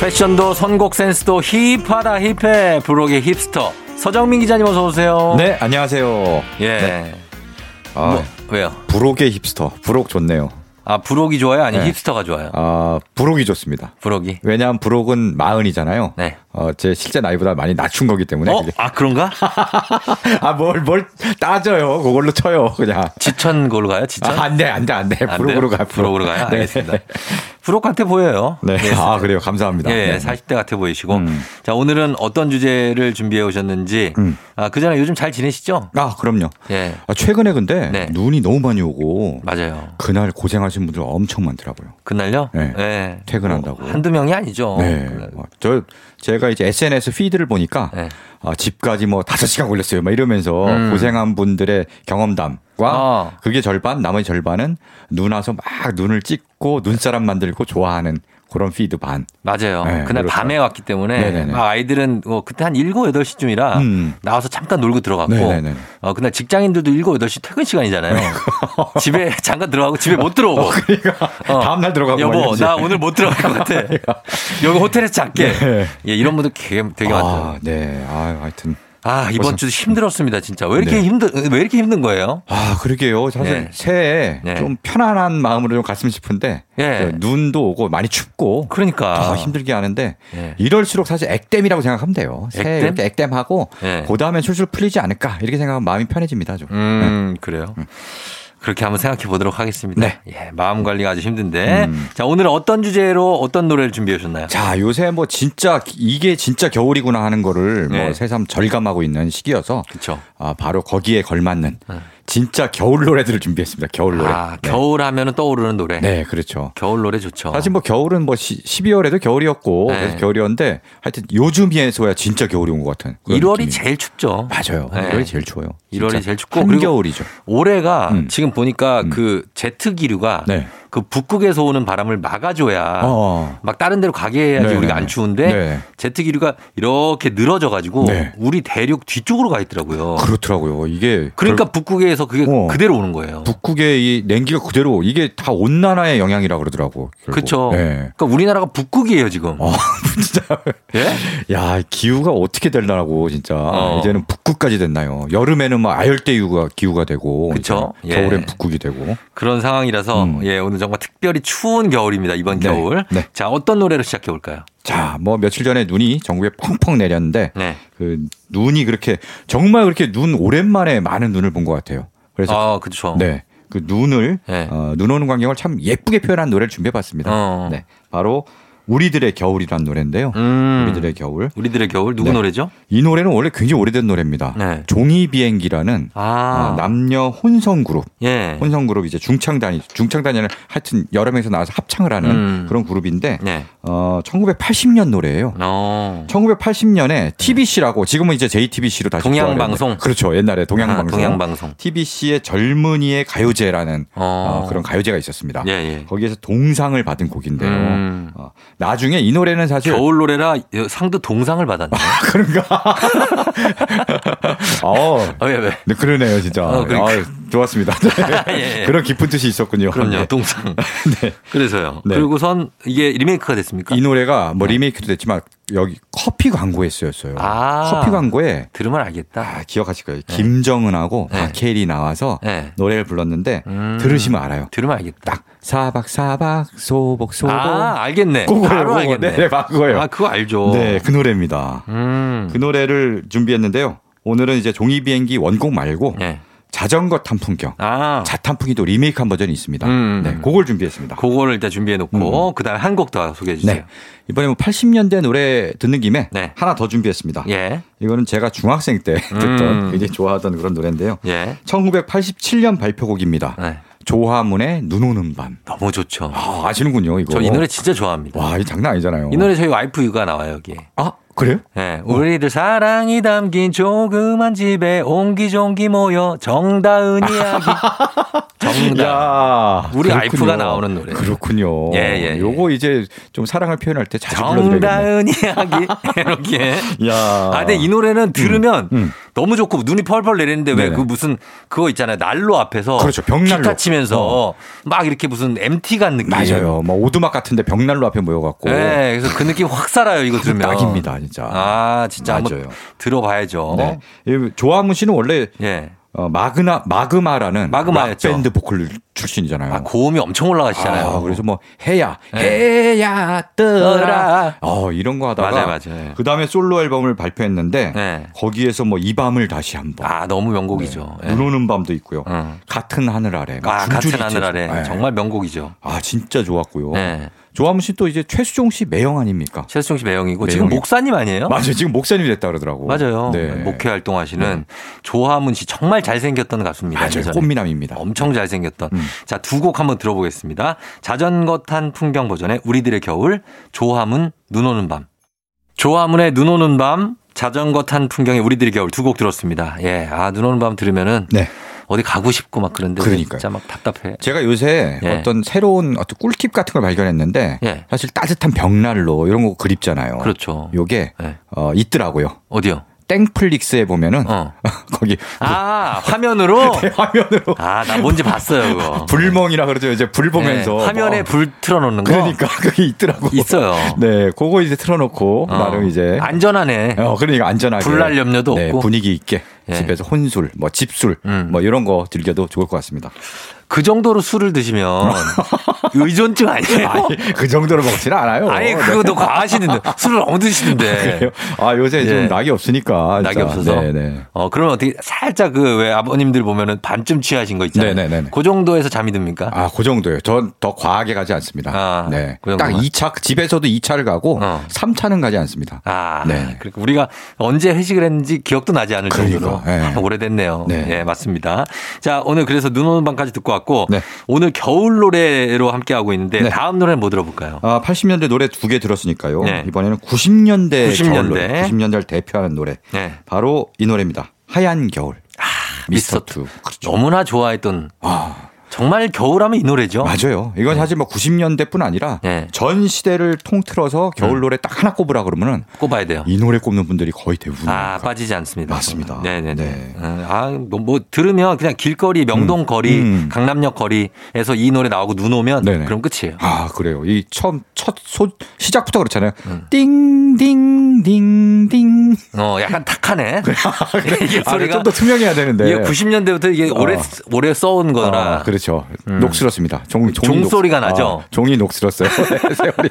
[SPEAKER 1] 패션도 선곡 센스도 힙하다 힙해 브록의 힙스터 서정민 기자님 어서 오세요.
[SPEAKER 6] 네, 안녕하세요.
[SPEAKER 1] 예.
[SPEAKER 6] 아,
[SPEAKER 1] 뭐, 왜요?
[SPEAKER 6] 부록의 힙스터. 부록 좋네요.
[SPEAKER 1] 아 브록이 좋아요? 아니면
[SPEAKER 6] 네.
[SPEAKER 1] 힙스터가 좋아요?
[SPEAKER 6] 아, 부록이 좋습니다.
[SPEAKER 1] 브록이.
[SPEAKER 6] 왜냐하면 부록은 마흔이잖아요.
[SPEAKER 1] 네.
[SPEAKER 6] 어, 제 실제 나이보다 많이 낮춘 네, 거기 때문에.
[SPEAKER 1] 어?
[SPEAKER 6] 그게.
[SPEAKER 1] 아 그런가?
[SPEAKER 6] 아, 뭘, 뭘 따져요. 그걸로 쳐요. 그냥.
[SPEAKER 1] 지천 걸로 가요? 지천?
[SPEAKER 6] 아, 안 돼, 안 돼, 안 돼.
[SPEAKER 1] 안
[SPEAKER 6] 부록으로
[SPEAKER 1] 돼요?
[SPEAKER 6] 가요.
[SPEAKER 1] 부록으로 가요?
[SPEAKER 6] 네.
[SPEAKER 1] 알겠습니다. 부록 같아 보여요.
[SPEAKER 6] 네.
[SPEAKER 1] 예,
[SPEAKER 6] 아, 그래요. 감사합니다.
[SPEAKER 1] 예,
[SPEAKER 6] 네.
[SPEAKER 1] 40대 같아 보이시고.
[SPEAKER 6] 음.
[SPEAKER 1] 자, 오늘은 어떤 주제를 준비해 오셨는지.
[SPEAKER 6] 음.
[SPEAKER 1] 아, 그 전에 요즘 잘 지내시죠?
[SPEAKER 6] 아, 그럼요.
[SPEAKER 1] 예.
[SPEAKER 6] 아, 최근에 근데
[SPEAKER 1] 네.
[SPEAKER 6] 눈이 너무 많이 오고
[SPEAKER 1] 맞아요.
[SPEAKER 6] 그날 고생하신 분들 엄청 많더라고요.
[SPEAKER 1] 그날요?
[SPEAKER 6] 네.
[SPEAKER 1] 예.
[SPEAKER 6] 퇴근한다고.
[SPEAKER 1] 뭐 한두 명이 아니죠.
[SPEAKER 6] 네. 어, 저 제가 이제 SNS 피드를 보니까
[SPEAKER 1] 네.
[SPEAKER 6] 아, 집까지 뭐 다섯 시간 걸렸어요. 막 이러면서
[SPEAKER 1] 음.
[SPEAKER 6] 고생한 분들의 경험담과
[SPEAKER 1] 아.
[SPEAKER 6] 그게 절반, 나머지 절반은 눈 와서 막 눈을 찍고 눈사람 만들고 좋아하는 그런 피드 반.
[SPEAKER 1] 맞아요.
[SPEAKER 6] 네,
[SPEAKER 1] 그날
[SPEAKER 6] 그렇죠.
[SPEAKER 1] 밤에 왔기 때문에
[SPEAKER 6] 네네네.
[SPEAKER 1] 막 아이들은 뭐 그때 한 7, 8시쯤이라
[SPEAKER 6] 음.
[SPEAKER 1] 나와서 잠깐 놀고 들어갔고
[SPEAKER 6] 네네네.
[SPEAKER 1] 어, 그날 직장인들도 7, 8시 퇴근 시간이잖아요. 집에 잠깐 들어가고 집에 못 들어오고.
[SPEAKER 6] 그러니까.
[SPEAKER 1] 어.
[SPEAKER 6] 다음 날 들어가고 막
[SPEAKER 1] 여보
[SPEAKER 6] 이러지.
[SPEAKER 1] 나 오늘 못 들어갈 것 같아. 여기 호텔에서 잘게.
[SPEAKER 6] 네.
[SPEAKER 1] 예, 이런 분들 되게, 되게 많더라고요.
[SPEAKER 6] 아, 네. 아, 하여튼
[SPEAKER 1] 아 이번
[SPEAKER 6] 벌써-
[SPEAKER 1] 주 힘들었습니다 진짜 왜 이렇게
[SPEAKER 6] 네.
[SPEAKER 1] 힘들 왜 이렇게 힘든 거예요?
[SPEAKER 6] 아, 그러게요. 사실
[SPEAKER 1] 네.
[SPEAKER 6] 새해
[SPEAKER 1] 네.
[SPEAKER 6] 좀 편안한 마음으로 좀 갔으면 싶은데
[SPEAKER 1] 예.
[SPEAKER 6] 저 눈도 오고 많이 춥고
[SPEAKER 1] 그러니까
[SPEAKER 6] 더 아, 힘들게 하는데
[SPEAKER 1] 예.
[SPEAKER 6] 이럴수록 사실 액땜이라고 생각하면 돼요. 새해
[SPEAKER 1] 액땜?
[SPEAKER 6] 이렇게 액땜하고
[SPEAKER 1] 예.
[SPEAKER 6] 그 다음에 술술 풀리지 않을까 이렇게 생각하면 마음이 편해집니다. 좀.
[SPEAKER 1] 음 그래요. 그렇게 한번 생각해 보도록 하겠습니다.
[SPEAKER 6] 네.
[SPEAKER 1] 예, 마음 관리가 아주 힘든데
[SPEAKER 6] 음.
[SPEAKER 1] 자 오늘 어떤 주제로 어떤 노래를 준비해 주셨나요?
[SPEAKER 6] 자 요새 뭐 진짜 이게 진짜 겨울이구나 하는 거를
[SPEAKER 1] 네.
[SPEAKER 6] 뭐 새삼 절감하고 있는 시기여서
[SPEAKER 1] 그렇죠.
[SPEAKER 6] 아, 바로 거기에 걸맞는 진짜 겨울 노래들을 준비했습니다. 겨울 노래.
[SPEAKER 1] 예. 아 겨울 하면은 떠오르는 노래.
[SPEAKER 6] 네. 네, 그렇죠.
[SPEAKER 1] 겨울 노래 좋죠.
[SPEAKER 6] 사실 뭐 겨울은 뭐 시- 12월에도 겨울이었고
[SPEAKER 1] 네.
[SPEAKER 6] 그래서 겨울이었는데 하여튼 요즘에서야 진짜 겨울이 온 것 같은. 그런
[SPEAKER 1] 1월이
[SPEAKER 6] 느낌이에요.
[SPEAKER 1] 제일 춥죠.
[SPEAKER 6] 맞아요.
[SPEAKER 1] 네.
[SPEAKER 6] 1월이 제일 추워요.
[SPEAKER 1] 1월이
[SPEAKER 6] 진짜
[SPEAKER 1] 제일 춥고 그리고
[SPEAKER 6] 한겨울이죠.
[SPEAKER 1] 올해가
[SPEAKER 6] 음.
[SPEAKER 1] 지금 보니까 그 제트 기류가
[SPEAKER 6] 네.
[SPEAKER 1] 그 북극에서 오는 바람을 막아줘야
[SPEAKER 6] 어.
[SPEAKER 1] 막 다른 데로 가게 해야지
[SPEAKER 6] 네네네.
[SPEAKER 1] 우리가 안 추운데
[SPEAKER 6] 네.
[SPEAKER 1] 제트 기류가 이렇게 늘어져가지고
[SPEAKER 6] 네.
[SPEAKER 1] 우리 대륙 뒤쪽으로 가 있더라고요.
[SPEAKER 6] 그렇더라고요. 이게
[SPEAKER 1] 어. 그러니까 북극에서 그게
[SPEAKER 6] 어.
[SPEAKER 1] 그대로 오는 거예요.
[SPEAKER 6] 북극의 이 냉기가 그대로 이게 다 온난화의 영향이라 그러더라고. 결국.
[SPEAKER 1] 그렇죠.
[SPEAKER 6] 네.
[SPEAKER 1] 그러니까 우리나라가 북극이에요 지금.
[SPEAKER 6] 어, 진짜.
[SPEAKER 1] 예?
[SPEAKER 6] 야, 기후가 어떻게 되려고 진짜. 아,
[SPEAKER 1] 어.
[SPEAKER 6] 이제는 북극까지 됐나요? 여름에는 막 아열대 유가 기후가 되고.
[SPEAKER 1] 그쵸?
[SPEAKER 6] 이제는
[SPEAKER 1] 예.
[SPEAKER 6] 겨울엔 북극이 되고.
[SPEAKER 1] 그런 상황이라서
[SPEAKER 6] 음.
[SPEAKER 1] 예 오늘 정말 특별히 추운 겨울입니다 이번
[SPEAKER 6] 네.
[SPEAKER 1] 겨울.
[SPEAKER 6] 네.
[SPEAKER 1] 자 어떤 노래로 시작해 볼까요?
[SPEAKER 6] 자, 뭐 며칠 전에 눈이 전국에 펑펑 내렸는데
[SPEAKER 1] 네.
[SPEAKER 6] 그 눈이 그렇게 정말 그렇게 눈 오랜만에 많은 눈을 본 것 같아요. 그래서
[SPEAKER 1] 아 그렇죠.
[SPEAKER 6] 네. 그 눈을
[SPEAKER 1] 네.
[SPEAKER 6] 어, 눈 오는 광경을 참 예쁘게 표현한 노래를 준비해 봤습니다.
[SPEAKER 1] 어.
[SPEAKER 6] 네. 바로 우리들의 겨울이라는 노래인데요.
[SPEAKER 1] 음.
[SPEAKER 6] 우리들의 겨울.
[SPEAKER 1] 우리들의 겨울 누구
[SPEAKER 6] 네.
[SPEAKER 1] 노래죠?
[SPEAKER 6] 이 노래는 원래 굉장히 오래된 노래입니다.
[SPEAKER 1] 네.
[SPEAKER 6] 종이 비행기라는
[SPEAKER 1] 아,
[SPEAKER 6] 어, 남녀 혼성 그룹,
[SPEAKER 1] 예.
[SPEAKER 6] 혼성 그룹 이제 중창단이 중창단이라는 하여튼 여러 명이서 나와서 합창을 하는
[SPEAKER 1] 음.
[SPEAKER 6] 그런 그룹인데
[SPEAKER 1] 네.
[SPEAKER 6] 어 1980년 노래예요.
[SPEAKER 1] 어.
[SPEAKER 6] 1980년에 TBC라고 지금은 이제 JTBC로 다시
[SPEAKER 1] 동양방송.
[SPEAKER 6] 부활했는데 그렇죠. 옛날에 동양방송.
[SPEAKER 1] 아, 동양방송.
[SPEAKER 6] TBC의 젊은이의 아, 가요제라는
[SPEAKER 1] 어.
[SPEAKER 6] 어, 그런 가요제가 있었습니다.
[SPEAKER 1] 예, 예.
[SPEAKER 6] 거기에서 동상을 받은 곡인데요.
[SPEAKER 1] 음.
[SPEAKER 6] 어, 나중에 이 노래는 사실
[SPEAKER 1] 겨울 노래라 상도 동상을 받았네.
[SPEAKER 6] 그런가? 어.
[SPEAKER 1] 아, 왜, 왜.
[SPEAKER 6] 네, 그러네요, 진짜.
[SPEAKER 1] 어, 그러니까.
[SPEAKER 6] 아, 좋았습니다. 네.
[SPEAKER 1] 예.
[SPEAKER 6] 그런 깊은 뜻이 있었군요.
[SPEAKER 1] 그럼요,
[SPEAKER 6] 네.
[SPEAKER 1] 동상.
[SPEAKER 6] 네.
[SPEAKER 1] 그래서요.
[SPEAKER 6] 네.
[SPEAKER 1] 그리고선 이게 리메이크가 됐습니까?
[SPEAKER 6] 이 노래가 뭐 리메이크도 됐지만 여기 커피 광고에 쓰였어요.
[SPEAKER 1] 네. 아.
[SPEAKER 6] 커피 광고에
[SPEAKER 1] 들으면 알겠다.
[SPEAKER 6] 아, 기억하실 거예요. 김정은하고
[SPEAKER 1] 네.
[SPEAKER 6] 박해일이 나와서
[SPEAKER 1] 네.
[SPEAKER 6] 노래를 불렀는데
[SPEAKER 1] 음.
[SPEAKER 6] 들으시면 알아요.
[SPEAKER 1] 들으면 알겠다.
[SPEAKER 6] 딱 사박 사박 소복 소복.
[SPEAKER 1] 아, 알겠네.
[SPEAKER 6] 그거예요,
[SPEAKER 1] 바로
[SPEAKER 6] 그거.
[SPEAKER 1] 알겠네.
[SPEAKER 6] 네, 네, 바꿔요.
[SPEAKER 1] 아, 그거 알죠.
[SPEAKER 6] 네, 그 노래입니다.
[SPEAKER 1] 음.
[SPEAKER 6] 그 노래를 준비했는데요. 오늘은 이제 종이 비행기 원곡 말고
[SPEAKER 1] 네.
[SPEAKER 6] 자전거 탄 풍경.
[SPEAKER 1] 아.
[SPEAKER 6] 그 자탄풍이 또 리메이크한 버전이 있습니다.
[SPEAKER 1] 음.
[SPEAKER 6] 네, 그걸 준비했습니다.
[SPEAKER 1] 그거를 일단 준비해 놓고 그다음에 한 곡 더 소개해
[SPEAKER 6] 네.
[SPEAKER 1] 주세요.
[SPEAKER 6] 이번에 뭐 80년대 노래 듣는 김에
[SPEAKER 1] 네.
[SPEAKER 6] 하나 더 준비했습니다.
[SPEAKER 1] 예.
[SPEAKER 6] 이거는 제가 중학생 때 듣던
[SPEAKER 1] 음.
[SPEAKER 6] 굉장히 좋아하던 그런 노래인데요.
[SPEAKER 1] 예.
[SPEAKER 6] 1987년 발표곡입니다.
[SPEAKER 1] 네.
[SPEAKER 6] 조화문의 눈 오는 밤.
[SPEAKER 1] 너무 좋죠.
[SPEAKER 6] 아, 아시는군요, 이거.
[SPEAKER 1] 저 이 노래 진짜 좋아합니다.
[SPEAKER 6] 와, 이 장난 아니잖아요.
[SPEAKER 1] 이 노래 저희 와이프가 나와요, 여기에.
[SPEAKER 6] 아, 그래요?
[SPEAKER 1] 예, 우리들 사랑이 담긴 조그만 집에 옹기종기 모여 정다은 이야기. 정다.
[SPEAKER 6] 야,
[SPEAKER 1] 우리
[SPEAKER 6] 그렇군요.
[SPEAKER 1] 와이프가 나오는 노래.
[SPEAKER 6] 그렇군요.
[SPEAKER 1] 예, 예, 예.
[SPEAKER 6] 요거 이제 좀 사랑을 표현할 때 자주 불러드려야겠네.
[SPEAKER 1] 정다은 이야기. 이렇게.
[SPEAKER 6] 야.
[SPEAKER 1] 아, 근데 이 노래는 들으면
[SPEAKER 6] 음.
[SPEAKER 1] 너무 좋고 눈이 펄펄 내리는데 왜
[SPEAKER 6] 네네.
[SPEAKER 1] 그 무슨 그거 있잖아요. 난로 앞에서
[SPEAKER 6] 그렇죠. 벽난로. 어.
[SPEAKER 1] 기타 치면서 막 이렇게 무슨 MT 간 느낌.
[SPEAKER 6] 맞아요. 뭐 오두막 같은데 벽난로 앞에 모여갖고.
[SPEAKER 1] 네, 그래서 그 느낌 확 살아요. 이거 들으면.
[SPEAKER 6] 딱입니다, 진짜.
[SPEAKER 1] 아, 진짜 한번
[SPEAKER 6] 맞아요.
[SPEAKER 1] 들어봐야죠.
[SPEAKER 6] 네. 이 조화문 씨는 원래
[SPEAKER 1] 예.
[SPEAKER 6] 어, 마그나 마그마라는
[SPEAKER 1] 마그마였죠.
[SPEAKER 6] 락 밴드 보컬 출신이잖아요.
[SPEAKER 1] 아, 고음이 엄청 올라가시잖아요.
[SPEAKER 6] 아, 그래서 뭐 해야
[SPEAKER 1] 네.
[SPEAKER 6] 해야 뜨라 어 이런 거 하다가
[SPEAKER 1] 맞아요, 맞아요. 예.
[SPEAKER 6] 그 다음에 솔로 앨범을 발표했는데
[SPEAKER 1] 네.
[SPEAKER 6] 거기에서 뭐 이 밤을 다시 한번
[SPEAKER 1] 아, 너무 명곡이죠. 예.
[SPEAKER 6] 눈 오는 밤도 있고요.
[SPEAKER 1] 음.
[SPEAKER 6] 같은 하늘 아래 막
[SPEAKER 1] 아,
[SPEAKER 6] 줄줄이
[SPEAKER 1] 같은 하늘
[SPEAKER 6] 쳐서.
[SPEAKER 1] 아래.
[SPEAKER 6] 네.
[SPEAKER 1] 정말 명곡이죠.
[SPEAKER 6] 아 진짜 좋았고요.
[SPEAKER 1] 네.
[SPEAKER 6] 조화문 씨 또 이제 최수종 씨 매형 아닙니까?
[SPEAKER 1] 최수종 씨 매형이고 지금
[SPEAKER 6] 매형이요.
[SPEAKER 1] 목사님 아니에요?
[SPEAKER 6] 맞아요. 지금 목사님이 됐다 그러더라고. 네.
[SPEAKER 1] 맞아요. 네, 목회 활동하시는 조화문 씨 정말 잘생겼던 가수입니다.
[SPEAKER 6] 맞아요.
[SPEAKER 1] 예전에.
[SPEAKER 6] 꽃미남입니다.
[SPEAKER 1] 엄청 잘생겼던.
[SPEAKER 6] 음.
[SPEAKER 1] 자, 두 곡 한번 들어보겠습니다. 자전거 탄 풍경 버전의 우리들의 겨울, 조화문, 눈 오는 밤. 조화문의 눈 오는 밤, 자전거 탄 풍경의 우리들의 겨울 두 곡 들었습니다. 예. 아, 눈 오는 밤 들으면은
[SPEAKER 6] 네.
[SPEAKER 1] 어디 가고 싶고 막 그런데
[SPEAKER 6] 그러니까요.
[SPEAKER 1] 진짜 막 답답해.
[SPEAKER 6] 제가 요새
[SPEAKER 1] 예.
[SPEAKER 6] 어떤 새로운 어떤 꿀팁 같은 걸 발견했는데
[SPEAKER 1] 예.
[SPEAKER 6] 사실 따뜻한 벽난로 이런 거 그립잖아요.
[SPEAKER 1] 그렇죠.
[SPEAKER 6] 요게
[SPEAKER 1] 예.
[SPEAKER 6] 어, 있더라고요.
[SPEAKER 1] 어디요?
[SPEAKER 6] 땡플릭스에 보면은
[SPEAKER 1] 어.
[SPEAKER 6] 거기
[SPEAKER 1] 아, 화면으로?
[SPEAKER 6] 네. 화면으로
[SPEAKER 1] 아, 나 뭔지 봤어요, 그거.
[SPEAKER 6] 불멍이라 그러죠. 이제 불 보면서
[SPEAKER 1] 예, 아. 화면에
[SPEAKER 6] 어,
[SPEAKER 1] 불 틀어놓는 거.
[SPEAKER 6] 그러니까 그게 있더라고.
[SPEAKER 1] 있어요.
[SPEAKER 6] 네, 그거 이제 틀어놓고
[SPEAKER 1] 어.
[SPEAKER 6] 나름 이제
[SPEAKER 1] 안전하네.
[SPEAKER 6] 어, 그러니까 안전하게
[SPEAKER 1] 불날 염려도
[SPEAKER 6] 네,
[SPEAKER 1] 없고.
[SPEAKER 6] 분위기 있게
[SPEAKER 1] 예.
[SPEAKER 6] 집에서 혼술, 뭐 집술,
[SPEAKER 1] 음.
[SPEAKER 6] 뭐 이런 거 즐겨도 좋을 것 같습니다.
[SPEAKER 1] 그 정도로 술을 드시면 의존증 아니에요?
[SPEAKER 6] 아니, 그 정도로 먹지는 않아요.
[SPEAKER 1] 어. 아니
[SPEAKER 6] 네.
[SPEAKER 1] 그거 너 과하시는데 술을 너무 드시는데
[SPEAKER 6] 그래요? 아 요새
[SPEAKER 1] 예.
[SPEAKER 6] 좀 낙이 없으니까
[SPEAKER 1] 낙이
[SPEAKER 6] 진짜.
[SPEAKER 1] 없어서
[SPEAKER 6] 네네.
[SPEAKER 1] 어 그러면 어떻게 살짝 그 왜 아버님들 보면은 반쯤 취하신 거 있잖아요
[SPEAKER 6] 네네네네.
[SPEAKER 1] 그 정도에서 잠이 듭니까
[SPEAKER 6] 아그 정도예요. 전 더 과하게 가지 않습니다.
[SPEAKER 1] 아,
[SPEAKER 6] 네.
[SPEAKER 1] 그 정도만?
[SPEAKER 6] 딱 2차 집에서도 2차를 가고
[SPEAKER 1] 어.
[SPEAKER 6] 3차는 가지 않습니다.
[SPEAKER 1] 아,
[SPEAKER 6] 네.
[SPEAKER 1] 그러니까 우리가 언제 회식을 했는지 기억도 나지 않을
[SPEAKER 6] 그러니까,
[SPEAKER 1] 정도로
[SPEAKER 6] 예.
[SPEAKER 1] 아, 오래됐네요.
[SPEAKER 6] 네.
[SPEAKER 1] 예, 맞습니다. 자, 오늘 그래서 눈 오는 밤까지 듣고 왔고
[SPEAKER 6] 네.
[SPEAKER 1] 오늘 겨울 노래로 함께 하고 있는데
[SPEAKER 6] 네.
[SPEAKER 1] 다음 노래는 뭐 들어볼까요?
[SPEAKER 6] 아 80년대 노래 두 개 들었으니까요.
[SPEAKER 1] 네.
[SPEAKER 6] 이번에는 90년대
[SPEAKER 1] 90년대.
[SPEAKER 6] 겨울 노래, 90년대를 대표하는 노래.
[SPEAKER 1] 네. 아,
[SPEAKER 6] 바로 이 노래입니다. 하얀 겨울.
[SPEAKER 1] 미스터
[SPEAKER 6] 미스터 투. 그렇죠.
[SPEAKER 1] 너무나 좋아했던
[SPEAKER 6] 아,
[SPEAKER 1] 정말 겨울하면 이 노래죠.
[SPEAKER 6] 맞아요. 이건 사실 뭐 90년대뿐 아니라
[SPEAKER 1] 네. 음.
[SPEAKER 6] 전 시대를 통틀어서 겨울 노래 딱 하나 꼽으라 그러면은
[SPEAKER 1] 꼽아야 돼요.
[SPEAKER 6] 이 노래 꼽는 분들이 거의 대부분.
[SPEAKER 1] 아, 빠지지 않습니다.
[SPEAKER 6] 맞습니다.
[SPEAKER 1] 네네네.
[SPEAKER 6] 네.
[SPEAKER 1] 아, 뭐, 뭐 들으면 그냥 길거리, 명동 거리,
[SPEAKER 6] 음.
[SPEAKER 1] 강남역 거리에서 이 노래 나오고 눈 오면
[SPEAKER 6] 네네.
[SPEAKER 1] 그럼 끝이에요.
[SPEAKER 6] 아 그래요. 이 처음 첫 소, 시작부터 그렇잖아요.
[SPEAKER 1] 음.
[SPEAKER 6] 띵띵띵띵.
[SPEAKER 1] 어, 약간 탁하네. 이게
[SPEAKER 6] 아,
[SPEAKER 1] 예, 소리가
[SPEAKER 6] 좀더 투명해야 되는데.
[SPEAKER 1] 이게 90년대부터 이게 오래
[SPEAKER 6] 네. 어.
[SPEAKER 1] 오래 써온 거라.
[SPEAKER 6] 아, 그렇죠. 녹슬었습니다. 종, 종이
[SPEAKER 1] 음. 종
[SPEAKER 6] 녹슬-
[SPEAKER 1] 소리가 나죠?
[SPEAKER 6] 아, 종이 녹슬었어요. 네, 세월이.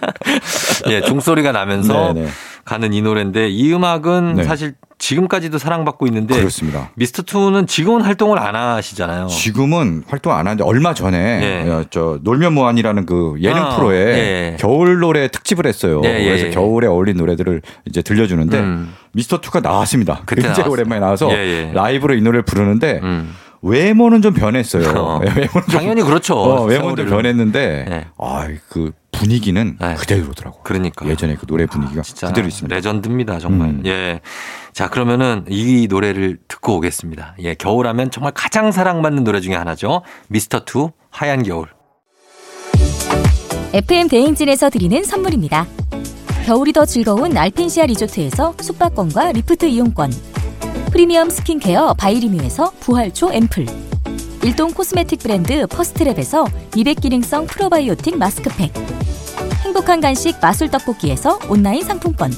[SPEAKER 1] 예, 종소리가 나면서
[SPEAKER 6] 네네.
[SPEAKER 1] 가는 이 노래인데 이 음악은
[SPEAKER 6] 네.
[SPEAKER 1] 사실 지금까지도 사랑받고 있는데
[SPEAKER 6] 그렇습니다.
[SPEAKER 1] 미스터 투는 지금은 활동을 안 하시잖아요.
[SPEAKER 6] 지금은 활동 안 하는데 얼마 전에
[SPEAKER 1] 예.
[SPEAKER 6] 어, 저 놀면 뭐하니라는 그 예능
[SPEAKER 1] 아,
[SPEAKER 6] 프로에
[SPEAKER 1] 예.
[SPEAKER 6] 겨울 노래 특집을 했어요.
[SPEAKER 1] 예, 예,
[SPEAKER 6] 그래서
[SPEAKER 1] 예.
[SPEAKER 6] 겨울에 어울린 노래들을 이제 들려주는데
[SPEAKER 1] 음.
[SPEAKER 6] 미스터 투가 나왔습니다.
[SPEAKER 1] 그때
[SPEAKER 6] 굉장히
[SPEAKER 1] 나왔어요.
[SPEAKER 6] 오랜만에 나와서
[SPEAKER 1] 예, 예.
[SPEAKER 6] 라이브로 이 노래를 부르는데
[SPEAKER 1] 음.
[SPEAKER 6] 외모는 좀 변했어요. 네,
[SPEAKER 1] 어.
[SPEAKER 6] 외모는 좀-
[SPEAKER 1] 당연히 그렇죠.
[SPEAKER 6] 어, 외모는 좀
[SPEAKER 1] 세월이로.
[SPEAKER 6] 변했는데
[SPEAKER 1] 예.
[SPEAKER 6] 아그 분위기는
[SPEAKER 1] 예.
[SPEAKER 6] 그대로더라고. 요
[SPEAKER 1] 그러니까
[SPEAKER 6] 예전에 그 노래 분위기가
[SPEAKER 1] 진짜
[SPEAKER 6] 그대로 있습니다.
[SPEAKER 1] 레전드입니다, 정말.
[SPEAKER 6] 음.
[SPEAKER 1] 예. 자, 그러면은 이 노래를 듣고 오겠습니다. 예, 겨울하면 정말 가장 사랑받는 노래 중에 하나죠. 미스터 투 하얀 겨울.
[SPEAKER 7] FM 대행진에서 드리는 선물입니다. 겨울이 더 즐거운 알펜시아 리조트에서 숙박권과 리프트 이용권. 프리미엄 스킨케어 바이리뮤에서 부활초 앰플. 일동 코스메틱 브랜드 퍼스트랩에서 200기능성 프로바이오틱 마스크팩. 행복한 간식 마술 떡볶이에서 온라인 상품권.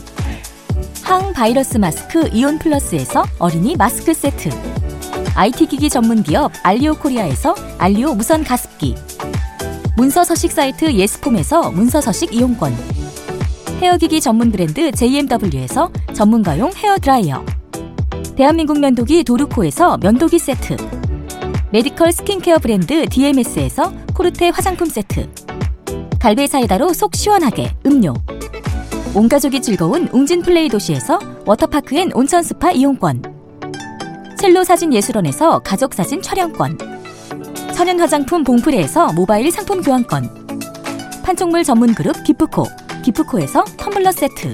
[SPEAKER 7] 항바이러스 마스크 이온 플러스에서 어린이 마스크 세트. IT 기기 전문 기업 알리오 코리아에서 알리오 무선 가습기. 문서 서식 사이트 예스폼에서 문서 서식 이용권. 헤어기기 전문 브랜드 JMW에서 전문가용 헤어 드라이어. 대한민국 면도기 도르코에서 면도기 세트. 메디컬 스킨케어 브랜드 DMS에서 코르테 화장품 세트. 갈베 사이다로 속 시원하게 음료. 온 가족이 즐거운 웅진 플레이 도시에서 워터파크 앤 온천 스파 이용권. 첼로 사진 예술원에서 가족 사진 촬영권. 천연 화장품 봉프레에서 모바일 상품 교환권. 판촉물 전문 그룹 기프코. 기프코에서 텀블러 세트.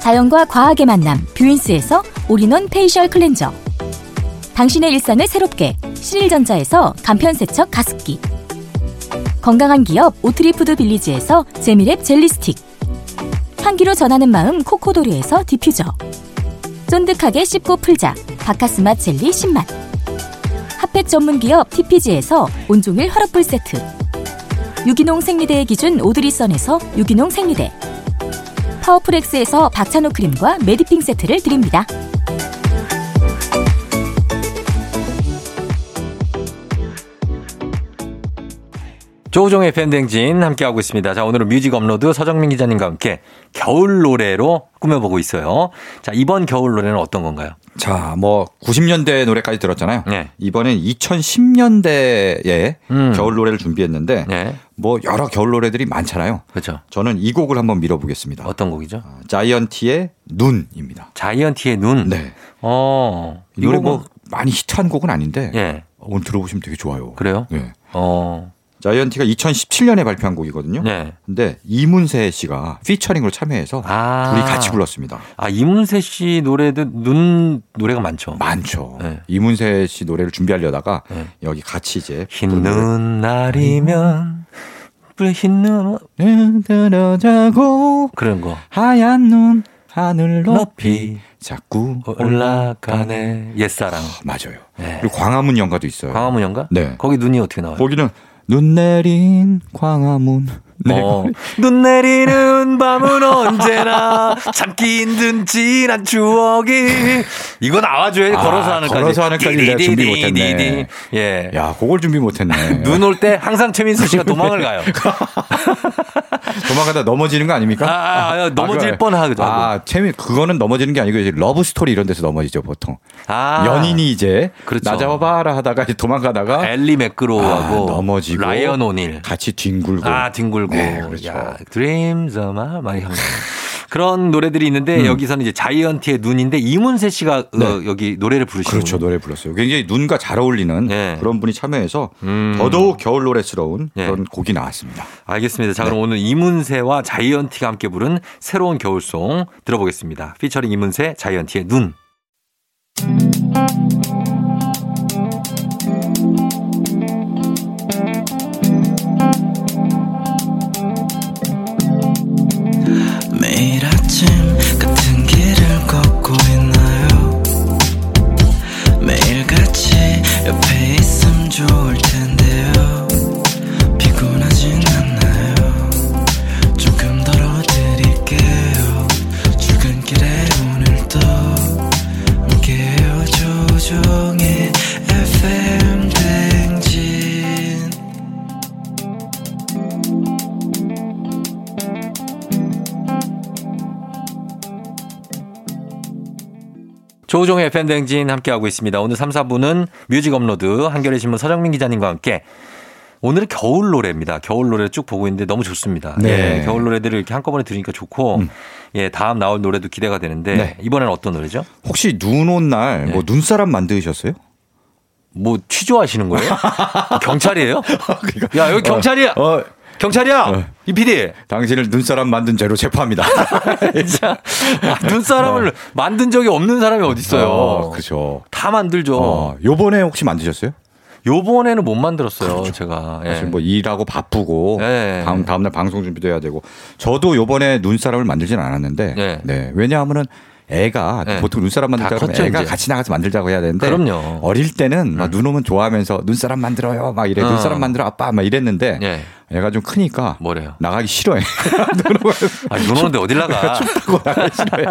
[SPEAKER 7] 자연과 과학의 만남 뷰인스에서 올인원 페이셜 클렌저 당신의 일상을 새롭게 신일전자에서 간편세척 가습기 건강한 기업 오트리푸드 빌리지에서 재미랩 젤리스틱 향기로 전하는 마음 코코도리에서 디퓨저 쫀득하게 씹고 풀자 바카스맛 젤리 신맛 핫팩 전문 기업 TPG에서 온종일 화롯불 세트. 유기농 생리대의 기준 오드리선에서 유기농 생리대. 파워풀엑스에서 박찬호 크림과 메디핑 세트를 드립니다.
[SPEAKER 1] 조우종의 팬댕진 함께하고 있습니다. 자, 오늘은 뮤직 업로드 서정민 기자님과 함께 겨울 노래로 꾸며보고 있어요. 자, 이번 겨울 노래는 어떤 건가요?
[SPEAKER 6] 자, 뭐 90년대 노래까지 들었잖아요.
[SPEAKER 1] 네.
[SPEAKER 6] 이번엔 2010년대에
[SPEAKER 1] 음.
[SPEAKER 6] 겨울 노래를 준비했는데
[SPEAKER 1] 네.
[SPEAKER 6] 뭐 여러 겨울 노래들이 많잖아요.
[SPEAKER 1] 그렇죠.
[SPEAKER 6] 저는 이 곡을 한번 밀어보겠습니다.
[SPEAKER 1] 어떤 곡이죠?
[SPEAKER 6] 아, 자이언티의 눈입니다.
[SPEAKER 1] 자이언티의 눈.
[SPEAKER 6] 네.
[SPEAKER 1] 어,
[SPEAKER 6] 이 노래
[SPEAKER 1] 음. 이거
[SPEAKER 6] 뭐
[SPEAKER 1] 뭐,
[SPEAKER 6] 많이 히트한 곡은 아닌데
[SPEAKER 1] 예.
[SPEAKER 6] 오늘 들어보시면 되게 좋아요.
[SPEAKER 1] 그래요?
[SPEAKER 6] 네.
[SPEAKER 1] 어,
[SPEAKER 6] 자이언티가 2017년에 발표한 곡이거든요.
[SPEAKER 1] 네.
[SPEAKER 6] 근데 이문세 씨가 피처링으로 참여해서
[SPEAKER 1] 아.
[SPEAKER 6] 둘이 같이 불렀습니다.
[SPEAKER 1] 아, 이문세 씨 노래도 눈 노래가 많죠.
[SPEAKER 6] 많죠.
[SPEAKER 1] 네.
[SPEAKER 6] 이문세 씨 노래를 준비하려다가
[SPEAKER 1] 네.
[SPEAKER 6] 여기 같이 이제
[SPEAKER 1] 흰 눈날이면, 흰 눈,
[SPEAKER 6] 눈 들어자고
[SPEAKER 1] 그런 거.
[SPEAKER 6] 하얀 눈 하늘
[SPEAKER 1] 높이
[SPEAKER 6] 높이 자꾸
[SPEAKER 1] 어, 올라가네. 옛사랑.
[SPEAKER 6] 맞아요.
[SPEAKER 1] 네.
[SPEAKER 6] 그리고 광화문 연가도 있어요.
[SPEAKER 1] 광화문 연가?
[SPEAKER 6] 네.
[SPEAKER 1] 거기 눈이 어떻게 나와요?
[SPEAKER 6] 거기는 눈 내린 광화문. 네.
[SPEAKER 1] 어, 눈 내리는 밤은 언제나 참기 힘든 지난 추억이 이거 나와줘야
[SPEAKER 6] 아,
[SPEAKER 1] 걸어서 하는까지
[SPEAKER 6] 걸어서 하늘까지 내가 준비 못했네.
[SPEAKER 1] 디디디디디. 예.
[SPEAKER 6] 야, 그걸 준비 못했네.
[SPEAKER 1] 눈 올 때 항상 최민수 씨가 도망을 가요.
[SPEAKER 6] 도망가다 넘어지는 거 아닙니까?
[SPEAKER 1] 아, 아, 넘어질
[SPEAKER 6] 그거-
[SPEAKER 1] 뻔하기도 하고.
[SPEAKER 6] 아, 재미 그거는 넘어지는 게 아니고 이제 러브 스토리 이런 데서 넘어지죠 보통.
[SPEAKER 1] 아.
[SPEAKER 6] 연인이 이제
[SPEAKER 1] 그렇죠.
[SPEAKER 6] 나 잡아봐라 하다가 이제 도망가다가
[SPEAKER 1] 엘리 맥그로우하고
[SPEAKER 6] 아, 넘어지고
[SPEAKER 1] 라이언 오닐.
[SPEAKER 6] 같이 뒹굴고.
[SPEAKER 1] 아, 뒹굴고.
[SPEAKER 6] 네, 그렇죠.
[SPEAKER 1] 야, 드림즈 마 많이 합니다. 그런 노래들이 있는데 여기서는 이제 자이언티의 눈인데 이문세 씨가 어,
[SPEAKER 6] 음. 네.
[SPEAKER 1] 여기 노래를 부르시는
[SPEAKER 6] 그렇죠 노래 불렀어요. 굉장히 눈과 잘 어울리는
[SPEAKER 1] 네.
[SPEAKER 6] 그런 분이 참여해서
[SPEAKER 1] 음.
[SPEAKER 6] 더더욱 겨울 노래스러운
[SPEAKER 1] 네.
[SPEAKER 6] 그런 곡이 나왔습니다.
[SPEAKER 1] 알겠습니다. 자,
[SPEAKER 6] 네.
[SPEAKER 1] 그럼 오늘 이문세와 자이언티가 함께 부른 새로운 겨울송 들어보겠습니다. 피처링 이문세, 자이언티의 눈.
[SPEAKER 5] 매일 아침 같은 길을 걷고 있나요 매일 같이 옆에 있음 좋을 텐데요 피곤하진 않나요 조금 덜어드릴게요 출근길에 오늘도 함께해요 조종의 FM 댕진
[SPEAKER 1] 조우종의 FM댕진 함께하고 있습니다. 오늘 3, 4부는 뮤직 업로드 한겨레 신문 서정민 기자님과 함께 오늘은 겨울 노래입니다. 겨울 노래 쭉 보고 있는데 너무 좋습니다.
[SPEAKER 6] 네.
[SPEAKER 1] 예, 겨울 노래들을 이렇게 한꺼번에 들으니까 좋고 예, 다음 나올 노래도 기대가 되는데
[SPEAKER 6] 네.
[SPEAKER 1] 이번에는 어떤 노래죠?
[SPEAKER 6] 혹시 눈 온 날
[SPEAKER 1] 네.
[SPEAKER 6] 뭐 눈사람 만드셨어요?
[SPEAKER 1] 뭐 취조하시는 거예요? 경찰이에요? 야 여기 경찰이야.
[SPEAKER 6] 그러니까. 어,
[SPEAKER 1] 경찰이야. 이 PD.
[SPEAKER 6] 당신을 눈사람 만든 죄로 체포합니다.
[SPEAKER 1] 진짜 아, 눈사람을 만든 적이 없는 사람이 어디 있어요?
[SPEAKER 6] 네. 어, 그렇죠.
[SPEAKER 1] 다 만들죠.
[SPEAKER 6] 어, 요번에 혹시 만드셨어요?
[SPEAKER 1] 요번에는 못 만들었어요, 제가. 예.
[SPEAKER 6] 사실 뭐 일하고 바쁘고
[SPEAKER 1] 예.
[SPEAKER 6] 다음 다음 날 방송 준비도 해야 되고 저도 요번에 눈사람을 만들진 않았는데
[SPEAKER 1] 예.
[SPEAKER 6] 네. 왜냐하면은 애가
[SPEAKER 1] 예.
[SPEAKER 6] 보통 눈사람 만들다
[SPEAKER 1] 다
[SPEAKER 6] 그러면
[SPEAKER 1] 컸죠,
[SPEAKER 6] 애가
[SPEAKER 1] 이제.
[SPEAKER 6] 같이 나가서 만들자고 해야 되는데
[SPEAKER 1] 그럼요. 음.
[SPEAKER 6] 어릴 때는 막 눈 오면 좋아하면서 눈사람 만들어요 막 이래
[SPEAKER 1] 어.
[SPEAKER 6] 눈사람 만들어 아빠 막 이랬는데
[SPEAKER 1] 예.
[SPEAKER 6] 애가 좀 크니까
[SPEAKER 1] 뭐래요?
[SPEAKER 6] 나가기 싫어해 눈 오면
[SPEAKER 1] 아, 눈 오는데 어딜 나가?
[SPEAKER 6] 나가기 싫어해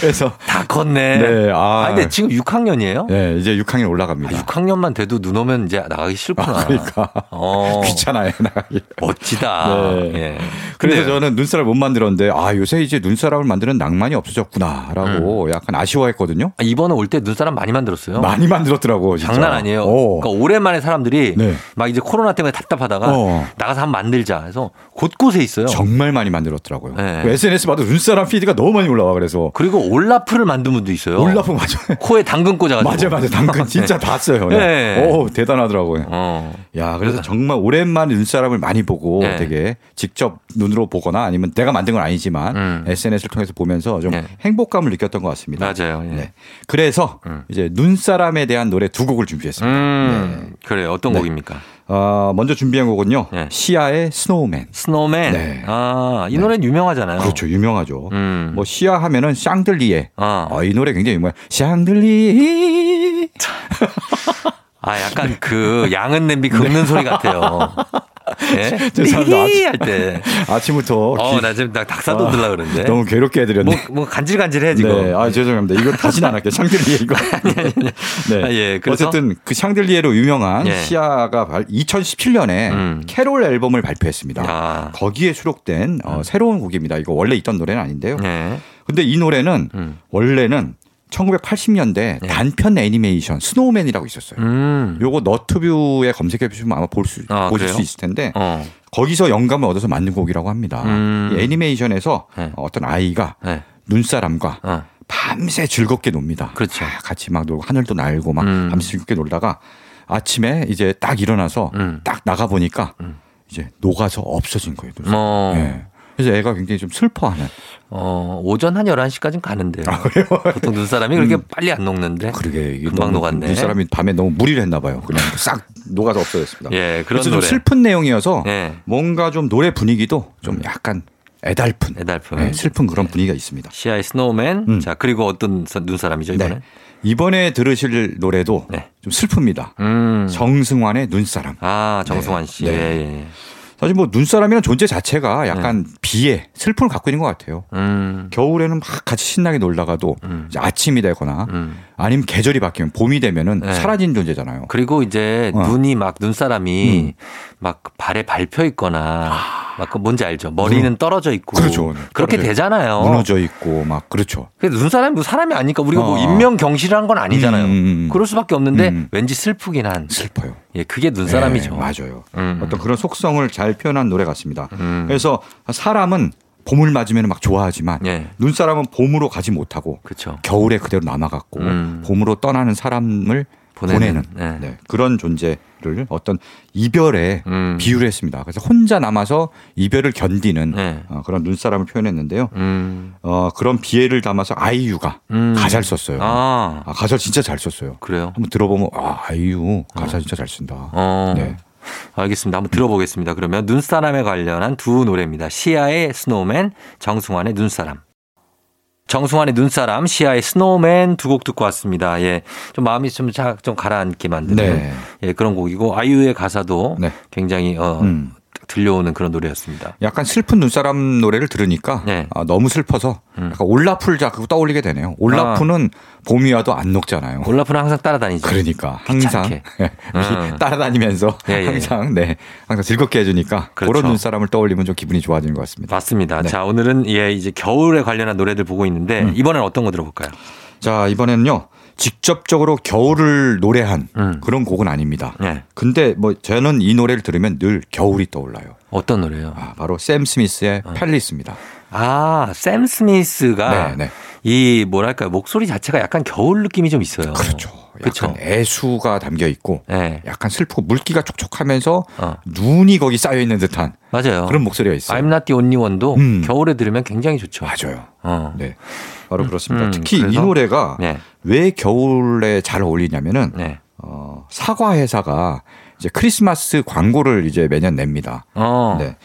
[SPEAKER 6] 그래서
[SPEAKER 1] 다 컸네.
[SPEAKER 6] 네, 아.
[SPEAKER 1] 근데 지금 6학년이에요?
[SPEAKER 6] 네, 이제 6학년
[SPEAKER 1] 아,
[SPEAKER 6] 올라갑니다
[SPEAKER 1] 6학년만 돼도 눈 오면 이제 나가기 싫구나.
[SPEAKER 6] 그러니까
[SPEAKER 1] 어.
[SPEAKER 6] 귀찮아요 나가기
[SPEAKER 1] 멋지다.
[SPEAKER 6] 네.
[SPEAKER 1] 예.
[SPEAKER 6] 그래서
[SPEAKER 1] 근데
[SPEAKER 6] 저는 눈사람 못 만들었는데 아 요새 이제 눈사람을 만드는 낭만이 없어졌구나라고 약간 아쉬워했거든요.
[SPEAKER 1] 아, 이번에 올 때 눈사람 많이 음. 만들었어요.
[SPEAKER 6] 많이 만들었더라고. 진짜.
[SPEAKER 1] 장난 아니에요.
[SPEAKER 6] 어.
[SPEAKER 1] 그러니까 오랜만에 사람들이
[SPEAKER 6] 네.
[SPEAKER 1] 막 이제 코로나 때문에 답답하다가
[SPEAKER 6] 어.
[SPEAKER 1] 나가서 한번 만들자 해서 곳곳에 있어요.
[SPEAKER 6] 정말 많이 만들었더라고요.
[SPEAKER 1] 네.
[SPEAKER 6] 그 SNS 봐도 눈사람 피드가 너무 많이 올라와 그래서
[SPEAKER 1] 그리고 올라프를 만든 분도 있어요.
[SPEAKER 6] 올라프 맞아.
[SPEAKER 1] 코에 당근 꽂아가지고.
[SPEAKER 6] 맞아 맞아 당근 진짜 봤어요.
[SPEAKER 1] 네.
[SPEAKER 6] 오 대단하더라고요.
[SPEAKER 1] 어.
[SPEAKER 6] 야 그래서 정말 오랜만에 눈사람을 많이 보고
[SPEAKER 1] 네.
[SPEAKER 6] 되게 직접 눈으로 보거나 아니면 내가 만든 건 아니지만
[SPEAKER 1] 음.
[SPEAKER 6] SNS를 통해서 보면서 좀
[SPEAKER 1] 네.
[SPEAKER 6] 행복감을 느꼈던 것 같습니다.
[SPEAKER 1] 맞아요. 예.
[SPEAKER 6] 네. 그래서 이제 눈사람에 대한 노래 두 곡을 준비했습니다.
[SPEAKER 1] 음. 그래요. 어떤
[SPEAKER 6] 네.
[SPEAKER 1] 곡입니까?
[SPEAKER 6] 아, 먼저 준비한 곡은요.
[SPEAKER 1] 네.
[SPEAKER 6] 시아의 스노우맨.
[SPEAKER 1] 스노맨.
[SPEAKER 6] 네.
[SPEAKER 1] 아, 이 노래는 유명하잖아요.
[SPEAKER 6] 그렇죠. 유명하죠.
[SPEAKER 1] 음.
[SPEAKER 6] 뭐 시아 하면은 샹들리에.
[SPEAKER 1] 아.
[SPEAKER 6] 어, 이 노래 굉장히 유명해. 샹들리에.
[SPEAKER 1] 아, 약간 그 양은 냄비
[SPEAKER 6] 네.
[SPEAKER 1] 긁는 소리 같아요. 예?
[SPEAKER 6] 죄송합니다.
[SPEAKER 1] 리히 할 때.
[SPEAKER 6] 아침부터
[SPEAKER 1] 어,
[SPEAKER 6] 기-
[SPEAKER 1] 나 지금 나 닭사도 들라 그러는데.
[SPEAKER 6] 아, 너무 괴롭게 해
[SPEAKER 1] 뭐,
[SPEAKER 6] 드렸네.
[SPEAKER 1] 뭐 간질간질해 지금.
[SPEAKER 6] 네. 아, 죄송합니다. 이거 다시 안 할게요. 샹들리에 이거. 네.
[SPEAKER 1] 아, 예, 그래서?
[SPEAKER 6] 어쨌든 그 샹들리에로 유명한
[SPEAKER 1] 예.
[SPEAKER 6] 시아가 2017년에
[SPEAKER 1] 음.
[SPEAKER 6] 캐롤 앨범을 발표했습니다.
[SPEAKER 1] 아.
[SPEAKER 6] 거기에 수록된
[SPEAKER 1] 음.
[SPEAKER 6] 어, 새로운 곡입니다. 이거 원래 있던 노래는 아닌데요.
[SPEAKER 1] 네.
[SPEAKER 6] 근데 이 노래는
[SPEAKER 1] 음. 예.
[SPEAKER 6] 원래는 1980년대 단편 애니메이션 스노우맨이라고 있었어요.
[SPEAKER 1] 음.
[SPEAKER 6] 요거 너튜브에 검색해 보시면 아마 볼 수,
[SPEAKER 1] 아,
[SPEAKER 6] 보실
[SPEAKER 1] 그래요?
[SPEAKER 6] 수 있을 텐데
[SPEAKER 1] 어.
[SPEAKER 6] 거기서 영감을 얻어서 만든 곡이라고 합니다.
[SPEAKER 1] 음.
[SPEAKER 6] 이 애니메이션에서
[SPEAKER 1] 네.
[SPEAKER 6] 어떤 아이가
[SPEAKER 1] 네.
[SPEAKER 6] 눈사람과
[SPEAKER 1] 어.
[SPEAKER 6] 밤새 즐겁게 놉니다.
[SPEAKER 1] 그렇죠.
[SPEAKER 6] 아, 같이 막 놀고 하늘도 날고 막
[SPEAKER 1] 음.
[SPEAKER 6] 밤새 즐겁게 놀다가 아침에 이제 딱 일어나서
[SPEAKER 1] 음.
[SPEAKER 6] 딱 나가 보니까 이제 녹아서 없어진 거예요. 눈사람이.
[SPEAKER 1] 어.
[SPEAKER 6] 예. 그래서 애가 굉장히 좀 슬퍼하는
[SPEAKER 1] 어, 오전 한 11시까지는 가는데. 보통 눈사람이 그렇게 빨리 안 녹는데.
[SPEAKER 6] 아, 음. 그러게 이게
[SPEAKER 1] 금방
[SPEAKER 6] 너무
[SPEAKER 1] 녹았네.
[SPEAKER 6] 이 사람이 밤에 너무 무리를 했나 봐요. 그냥 싹 녹아서 없어졌습니다.
[SPEAKER 1] 예, 그런
[SPEAKER 6] 그래서 좀
[SPEAKER 1] 노래.
[SPEAKER 6] 슬픈 내용이어서
[SPEAKER 1] 예. 음.
[SPEAKER 6] 뭔가 좀 노래 분위기도 좀 약간 애달픈,
[SPEAKER 1] 애달픈.
[SPEAKER 6] 예, 슬픈 그런 분위기가 있습니다.
[SPEAKER 1] 시아의 스노우맨.
[SPEAKER 6] 음.
[SPEAKER 1] 자, 그리고 어떤 선- 눈사람이죠, 이번에?
[SPEAKER 6] 네. 이번에 들으실 노래도
[SPEAKER 1] 네.
[SPEAKER 6] 좀 슬픕니다.
[SPEAKER 1] 음.
[SPEAKER 6] 정승환의 눈사람.
[SPEAKER 1] 아, 정승환 씨.
[SPEAKER 6] 네.
[SPEAKER 1] 예, 예. 예.
[SPEAKER 6] 사실 뭐 눈사람이라는 존재 자체가 약간 비애, 슬픔을 갖고 있는 것 같아요.
[SPEAKER 1] 네. 음.
[SPEAKER 6] 겨울에는 막 같이 신나게 놀다가도 이제 아침이 되거나
[SPEAKER 1] 음.
[SPEAKER 6] 아니면 계절이 바뀌면 봄이 되면은
[SPEAKER 1] 네.
[SPEAKER 6] 사라진 존재잖아요.
[SPEAKER 1] 그리고 이제
[SPEAKER 6] 어. 음.
[SPEAKER 1] 눈이 막 눈사람이 막 발에 밟혀 있거나 막그 뭔지 알죠? 머리는 떨어져 있고
[SPEAKER 6] 아. 그렇죠.
[SPEAKER 1] 렇게
[SPEAKER 6] 떨어져요.
[SPEAKER 1] 되잖아요.
[SPEAKER 6] 무너져 있고 막 그렇죠.
[SPEAKER 1] 근데 눈사람이 뭐 사람이 아니니까 우리가 뭐
[SPEAKER 6] 어.
[SPEAKER 1] 인명 경실을 한 건 아니잖아요.
[SPEAKER 6] 음, 음, 음.
[SPEAKER 1] 그럴 수밖에 없는데
[SPEAKER 6] 음.
[SPEAKER 1] 왠지 슬프긴 한.
[SPEAKER 6] 슬퍼요.
[SPEAKER 1] 예, 그게 눈사람이죠.
[SPEAKER 6] 네, 맞아요.
[SPEAKER 1] 음.
[SPEAKER 6] 어떤 그런 속성을 잘 표현한 노래 같습니다.
[SPEAKER 1] 음.
[SPEAKER 6] 그래서 사람은 봄을 맞으면 막 좋아하지만
[SPEAKER 1] 예.
[SPEAKER 6] 눈사람은 봄으로 가지 못하고
[SPEAKER 1] 그렇죠.
[SPEAKER 6] 겨울에 그대로 남아갔고
[SPEAKER 1] 음.
[SPEAKER 6] 봄으로 떠나는 사람을
[SPEAKER 1] 보내는,
[SPEAKER 6] 보내는,
[SPEAKER 1] 네.
[SPEAKER 6] 네, 그런 존재를 어떤 이별에
[SPEAKER 1] 음.
[SPEAKER 6] 비유를 했습니다. 그래서 혼자 남아서 이별을 견디는
[SPEAKER 1] 네.
[SPEAKER 6] 어, 그런 눈사람을 표현했는데요.
[SPEAKER 1] 음.
[SPEAKER 6] 어, 그런 비애를 담아서 아이유가
[SPEAKER 1] 음.
[SPEAKER 6] 가사를 썼어요.
[SPEAKER 1] 아,
[SPEAKER 6] 아, 가사를 진짜 잘 썼어요.
[SPEAKER 1] 그래요.
[SPEAKER 6] 한번 들어보면 아, 아이유 가사 진짜 잘 쓴다.
[SPEAKER 1] 어.
[SPEAKER 6] 네.
[SPEAKER 1] 알겠습니다. 한번 들어보겠습니다. 그러면 눈사람에 관련한 두 노래입니다. 시아의 스노우맨, 정승환의 눈사람. 정승환의 눈사람, 시아의 스노우맨 두 곡 듣고 왔습니다. 예. 좀 마음이 좀, 자- 좀 가라앉게 만드는
[SPEAKER 6] 네.
[SPEAKER 1] 예, 그런 곡이고 아이유의 가사도
[SPEAKER 6] 네.
[SPEAKER 1] 굉장히 어,
[SPEAKER 6] 음.
[SPEAKER 1] 들려오는 그런 노래였습니다.
[SPEAKER 6] 약간 슬픈 눈사람 노래를 들으니까
[SPEAKER 1] 네. 음.
[SPEAKER 6] 아, 너무 슬퍼서 약간 올라풀 자꾸 떠올리게 되네요. 올라프는 봄이 와도 안 녹잖아요.
[SPEAKER 1] 아. 올라프는 항상 따라다니죠.
[SPEAKER 6] 그러니까
[SPEAKER 1] 귀찮게.
[SPEAKER 6] 항상
[SPEAKER 1] 음.
[SPEAKER 6] 따라다니면서
[SPEAKER 1] 예, 예, 예.
[SPEAKER 6] 항상 네 항상 즐겁게 해주니까 그
[SPEAKER 1] 그렇죠.
[SPEAKER 6] 런 눈사람을 떠올리면 좀 기분이 좋아지는 것 같습니다.
[SPEAKER 1] 맞습니다.
[SPEAKER 6] 네. 음.
[SPEAKER 1] 자, 오늘은 예, 이제 겨울에 관련한 노래들 보고 있는데 이번엔 어떤 거 들어볼까요?
[SPEAKER 6] 자 이번에는요 직접적으로 겨울을 노래한
[SPEAKER 1] 음.
[SPEAKER 6] 그런 곡은 아닙니다.
[SPEAKER 1] 네.
[SPEAKER 6] 근데 뭐 저는 이 노래를 들으면 늘 겨울이 떠올라요.
[SPEAKER 1] 어떤 노래요?
[SPEAKER 6] 아, 바로 샘 스미스의
[SPEAKER 1] 어.
[SPEAKER 6] 팰리스입니다.
[SPEAKER 1] 아, 샘 스미스가
[SPEAKER 6] 네, 네.
[SPEAKER 1] 이 뭐랄까요? 목소리 자체가 약간 겨울 느낌이 좀 있어요.
[SPEAKER 6] 그렇죠.
[SPEAKER 1] 그렇죠.
[SPEAKER 6] 약간 애수가 담겨 있고
[SPEAKER 1] 네.
[SPEAKER 6] 약간 슬프고 물기가 촉촉하면서
[SPEAKER 1] 어.
[SPEAKER 6] 눈이 거기 쌓여 있는 듯한
[SPEAKER 1] 맞아요.
[SPEAKER 6] 그런 목소리가 있어요.
[SPEAKER 1] I'm not the only one도
[SPEAKER 6] 음.
[SPEAKER 1] 겨울에 들으면 굉장히 좋죠.
[SPEAKER 6] 맞아요.
[SPEAKER 1] 어.
[SPEAKER 6] 네. 바로 그렇습니다.
[SPEAKER 1] 음,
[SPEAKER 6] 특히
[SPEAKER 1] 그래서?
[SPEAKER 6] 이 노래가
[SPEAKER 1] 네.
[SPEAKER 6] 왜 겨울에 잘 어울리냐면은
[SPEAKER 1] 네.
[SPEAKER 6] 어, 사과 회사가 이제 크리스마스 광고를 이제 매년 냅니다.
[SPEAKER 1] 어.
[SPEAKER 6] 네.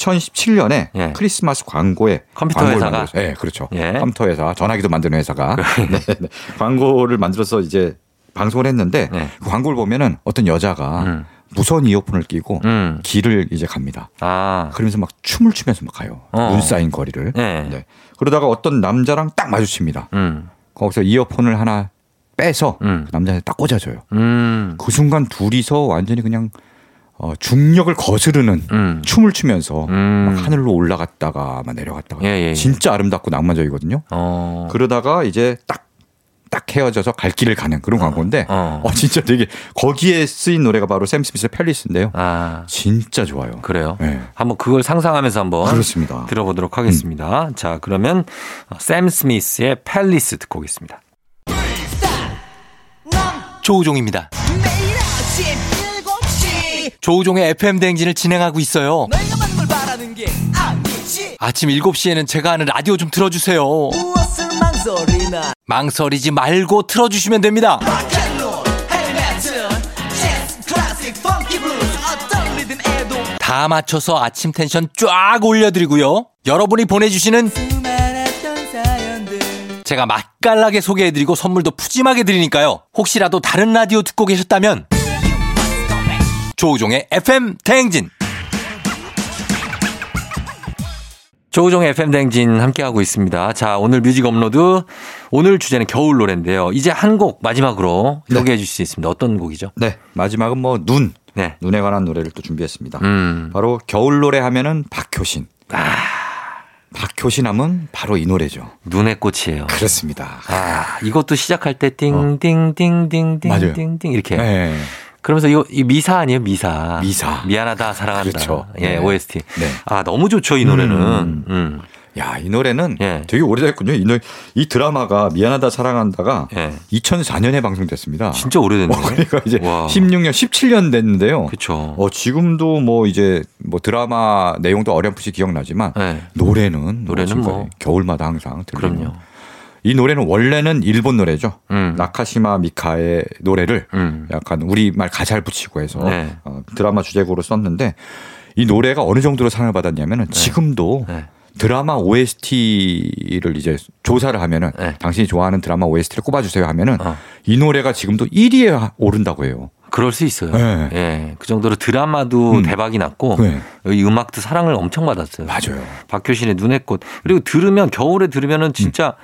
[SPEAKER 6] 2017년에
[SPEAKER 1] 예.
[SPEAKER 6] 크리스마스 광고에
[SPEAKER 1] 컴퓨터
[SPEAKER 6] 광고를
[SPEAKER 1] 회사가?
[SPEAKER 6] 만들었어요. 네, 그렇죠.
[SPEAKER 1] 예.
[SPEAKER 6] 컴퓨터 회사, 전화기도 만드는 회사가 네, 네. 광고를 만들어서 이제 방송을 했는데
[SPEAKER 1] 네.
[SPEAKER 6] 그 광고를 보면은 어떤 여자가
[SPEAKER 1] 음.
[SPEAKER 6] 무선 이어폰을 끼고
[SPEAKER 1] 음.
[SPEAKER 6] 길을 이제 갑니다.
[SPEAKER 1] 아.
[SPEAKER 6] 그러면서 막 춤을 추면서 막 가요.
[SPEAKER 1] 어.
[SPEAKER 6] 눈 쌓인 거리를.
[SPEAKER 1] 네.
[SPEAKER 6] 네. 그러다가 어떤 남자랑 딱 마주칩니다.
[SPEAKER 1] 음.
[SPEAKER 6] 거기서 이어폰을 하나 빼서
[SPEAKER 1] 음.
[SPEAKER 6] 그 남자한테 딱 꽂아줘요.
[SPEAKER 1] 음.
[SPEAKER 6] 그 순간 둘이서 완전히 그냥 어, 중력을 거스르는
[SPEAKER 1] 음.
[SPEAKER 6] 춤을 추면서
[SPEAKER 1] 음.
[SPEAKER 6] 막 하늘로 올라갔다가 막 내려갔다가
[SPEAKER 1] 예, 예, 예.
[SPEAKER 6] 진짜 아름답고 낭만적이거든요.
[SPEAKER 1] 어.
[SPEAKER 6] 그러다가 이제 딱 딱 헤어져서 갈 길을 가는 그런 광고인데
[SPEAKER 1] 어.
[SPEAKER 6] 어, 진짜 되게 거기에 쓰인 노래가 바로 샘 스미스의 팰리스인데요.
[SPEAKER 1] 아.
[SPEAKER 6] 진짜 좋아요.
[SPEAKER 1] 그래요.
[SPEAKER 6] 네.
[SPEAKER 1] 한번 그걸 상상하면서 한번
[SPEAKER 6] 그렇습니다. 음.
[SPEAKER 1] 들어보도록 하겠습니다. 자, 그러면 샘 스미스의 팰리스 듣고 오겠습니다. 조우종입니다.
[SPEAKER 5] 매일 아침 7시
[SPEAKER 1] 조우종의 FM 대행진을 진행하고 있어요.
[SPEAKER 5] 내가 만물 바라는 게 아니지
[SPEAKER 1] 아침 7시에는 제가 하는 라디오 좀 틀어주세요.
[SPEAKER 5] 무엇을 망설이나
[SPEAKER 1] 망설이지 말고 틀어주시면 됩니다.
[SPEAKER 5] 캔롤 헤비메탈 재즈 클래식 펑키 블루스 어떤 리듬에도
[SPEAKER 1] 다 맞춰서 아침 텐션 쫙 올려드리고요. 여러분이 보내주시는
[SPEAKER 5] 수많았던 사연들
[SPEAKER 1] 제가 맛깔나게 소개해드리고 선물도 푸짐하게 드리니까요. 혹시라도 다른 라디오 듣고 계셨다면 조우종의 FM 대행진 조우종의 FM 대행진 함께하고 있습니다. 자 오늘 뮤직 업로드 오늘 주제는 겨울 노래인데요. 이제 한 곡 마지막으로 소개해 주실 수 있습니다. 어떤 곡이죠?
[SPEAKER 6] 네. 마지막은 뭐 눈.
[SPEAKER 1] 네.
[SPEAKER 6] 눈에 관한 노래를 또 준비했습니다.
[SPEAKER 1] 음. 아.
[SPEAKER 6] 바로 겨울 노래 하면은 박효신. 박효신 하면 바로 이 노래죠.
[SPEAKER 1] 눈의 꽃이에요.
[SPEAKER 6] 그렇습니다.
[SPEAKER 1] 아, 이것도 시작할 때 띵띵띵띵띵띵띵
[SPEAKER 6] 어. 맞아요.
[SPEAKER 1] 이렇게.
[SPEAKER 6] 네.
[SPEAKER 1] 그러면서 이거 이 미사 아니에요? 미사.
[SPEAKER 6] 미사.
[SPEAKER 1] 미안하다 사랑한다.
[SPEAKER 6] 그렇죠.
[SPEAKER 1] 예,
[SPEAKER 6] 네.
[SPEAKER 1] OST.
[SPEAKER 6] 네.
[SPEAKER 1] 아, 너무 좋죠, 이 노래는. 음.
[SPEAKER 6] 음. 야, 이 노래는
[SPEAKER 1] 예.
[SPEAKER 6] 되게 오래됐군요. 이, 노래, 이 드라마가 미안하다 사랑한다가
[SPEAKER 1] 예.
[SPEAKER 6] 2004년에 방송됐습니다.
[SPEAKER 1] 진짜 오래됐네.
[SPEAKER 6] 어, 그러니까 이제
[SPEAKER 1] 와.
[SPEAKER 6] 16년, 17년 됐는데요.
[SPEAKER 1] 그렇죠.
[SPEAKER 6] 어, 지금도 뭐 이제 뭐 드라마 내용도 어렴풋이 기억나지만
[SPEAKER 1] 예.
[SPEAKER 6] 노래는
[SPEAKER 1] 노래는
[SPEAKER 6] 지금까지
[SPEAKER 1] 뭐.
[SPEAKER 6] 겨울마다 항상 들리는
[SPEAKER 1] 그럼요.
[SPEAKER 6] 이 노래는 원래는 일본 노래죠.
[SPEAKER 1] 음.
[SPEAKER 6] 나카시마 미카의 노래를
[SPEAKER 1] 음.
[SPEAKER 6] 약간 우리말 가사를 붙이고 해서
[SPEAKER 1] 네.
[SPEAKER 6] 어, 드라마 주제곡으로 썼는데 이 노래가 어느 정도로 사랑을 받았냐면은 지금도
[SPEAKER 1] 네.
[SPEAKER 6] 드라마 OST를 이제 조사를 하면은
[SPEAKER 1] 네.
[SPEAKER 6] 당신이 좋아하는 드라마 OST를 꼽아주세요 하면은
[SPEAKER 1] 어.
[SPEAKER 6] 이 노래가 지금도 1위에 오른다고 해요.
[SPEAKER 1] 그럴 수 있어요.
[SPEAKER 6] 네.
[SPEAKER 1] 예. 그 정도로 드라마도
[SPEAKER 6] 음.
[SPEAKER 1] 대박이 났고
[SPEAKER 6] 네.
[SPEAKER 1] 이 음악도 사랑을 엄청 받았어요.
[SPEAKER 6] 맞아요.
[SPEAKER 1] 박효신의 눈의 꽃. 그리고 들으면 겨울에 들으면은 진짜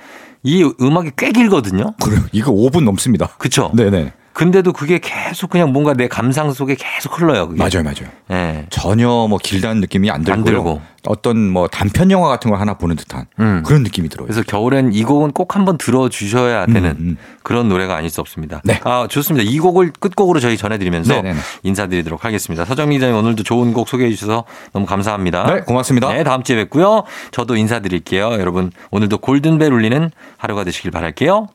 [SPEAKER 1] 이 음악이 꽤 길거든요.
[SPEAKER 6] 그래요. 이거 5분 넘습니다.
[SPEAKER 1] 그렇죠.
[SPEAKER 6] 네네.
[SPEAKER 1] 근데도 그게 계속 그냥 뭔가 내 감상 속에 계속 흘러요. 그게.
[SPEAKER 6] 맞아요, 맞아요.
[SPEAKER 1] 예.
[SPEAKER 6] 전혀 뭐 길다는 느낌이 안 들고요.
[SPEAKER 1] 안 들고.
[SPEAKER 6] 어떤 뭐 단편 영화 같은 걸 하나 보는 듯한
[SPEAKER 1] 음.
[SPEAKER 6] 그런 느낌이 들어요.
[SPEAKER 1] 그래서 겨울엔 이 곡은 꼭 한번 들어주셔야 되는
[SPEAKER 6] 음, 음.
[SPEAKER 1] 그런 노래가 아닐 수 없습니다.
[SPEAKER 6] 네.
[SPEAKER 1] 아, 좋습니다. 이 곡을 끝곡으로 저희 전해드리면서
[SPEAKER 6] 네네네.
[SPEAKER 1] 인사드리도록 하겠습니다. 서정민 기자님 오늘도 좋은 곡 소개해 주셔서 너무 감사합니다.
[SPEAKER 6] 네, 고맙습니다.
[SPEAKER 1] 네, 다음 주에 뵙고요. 저도 인사드릴게요. 여러분, 오늘도 골든벨 울리는 하루가 되시길 바랄게요.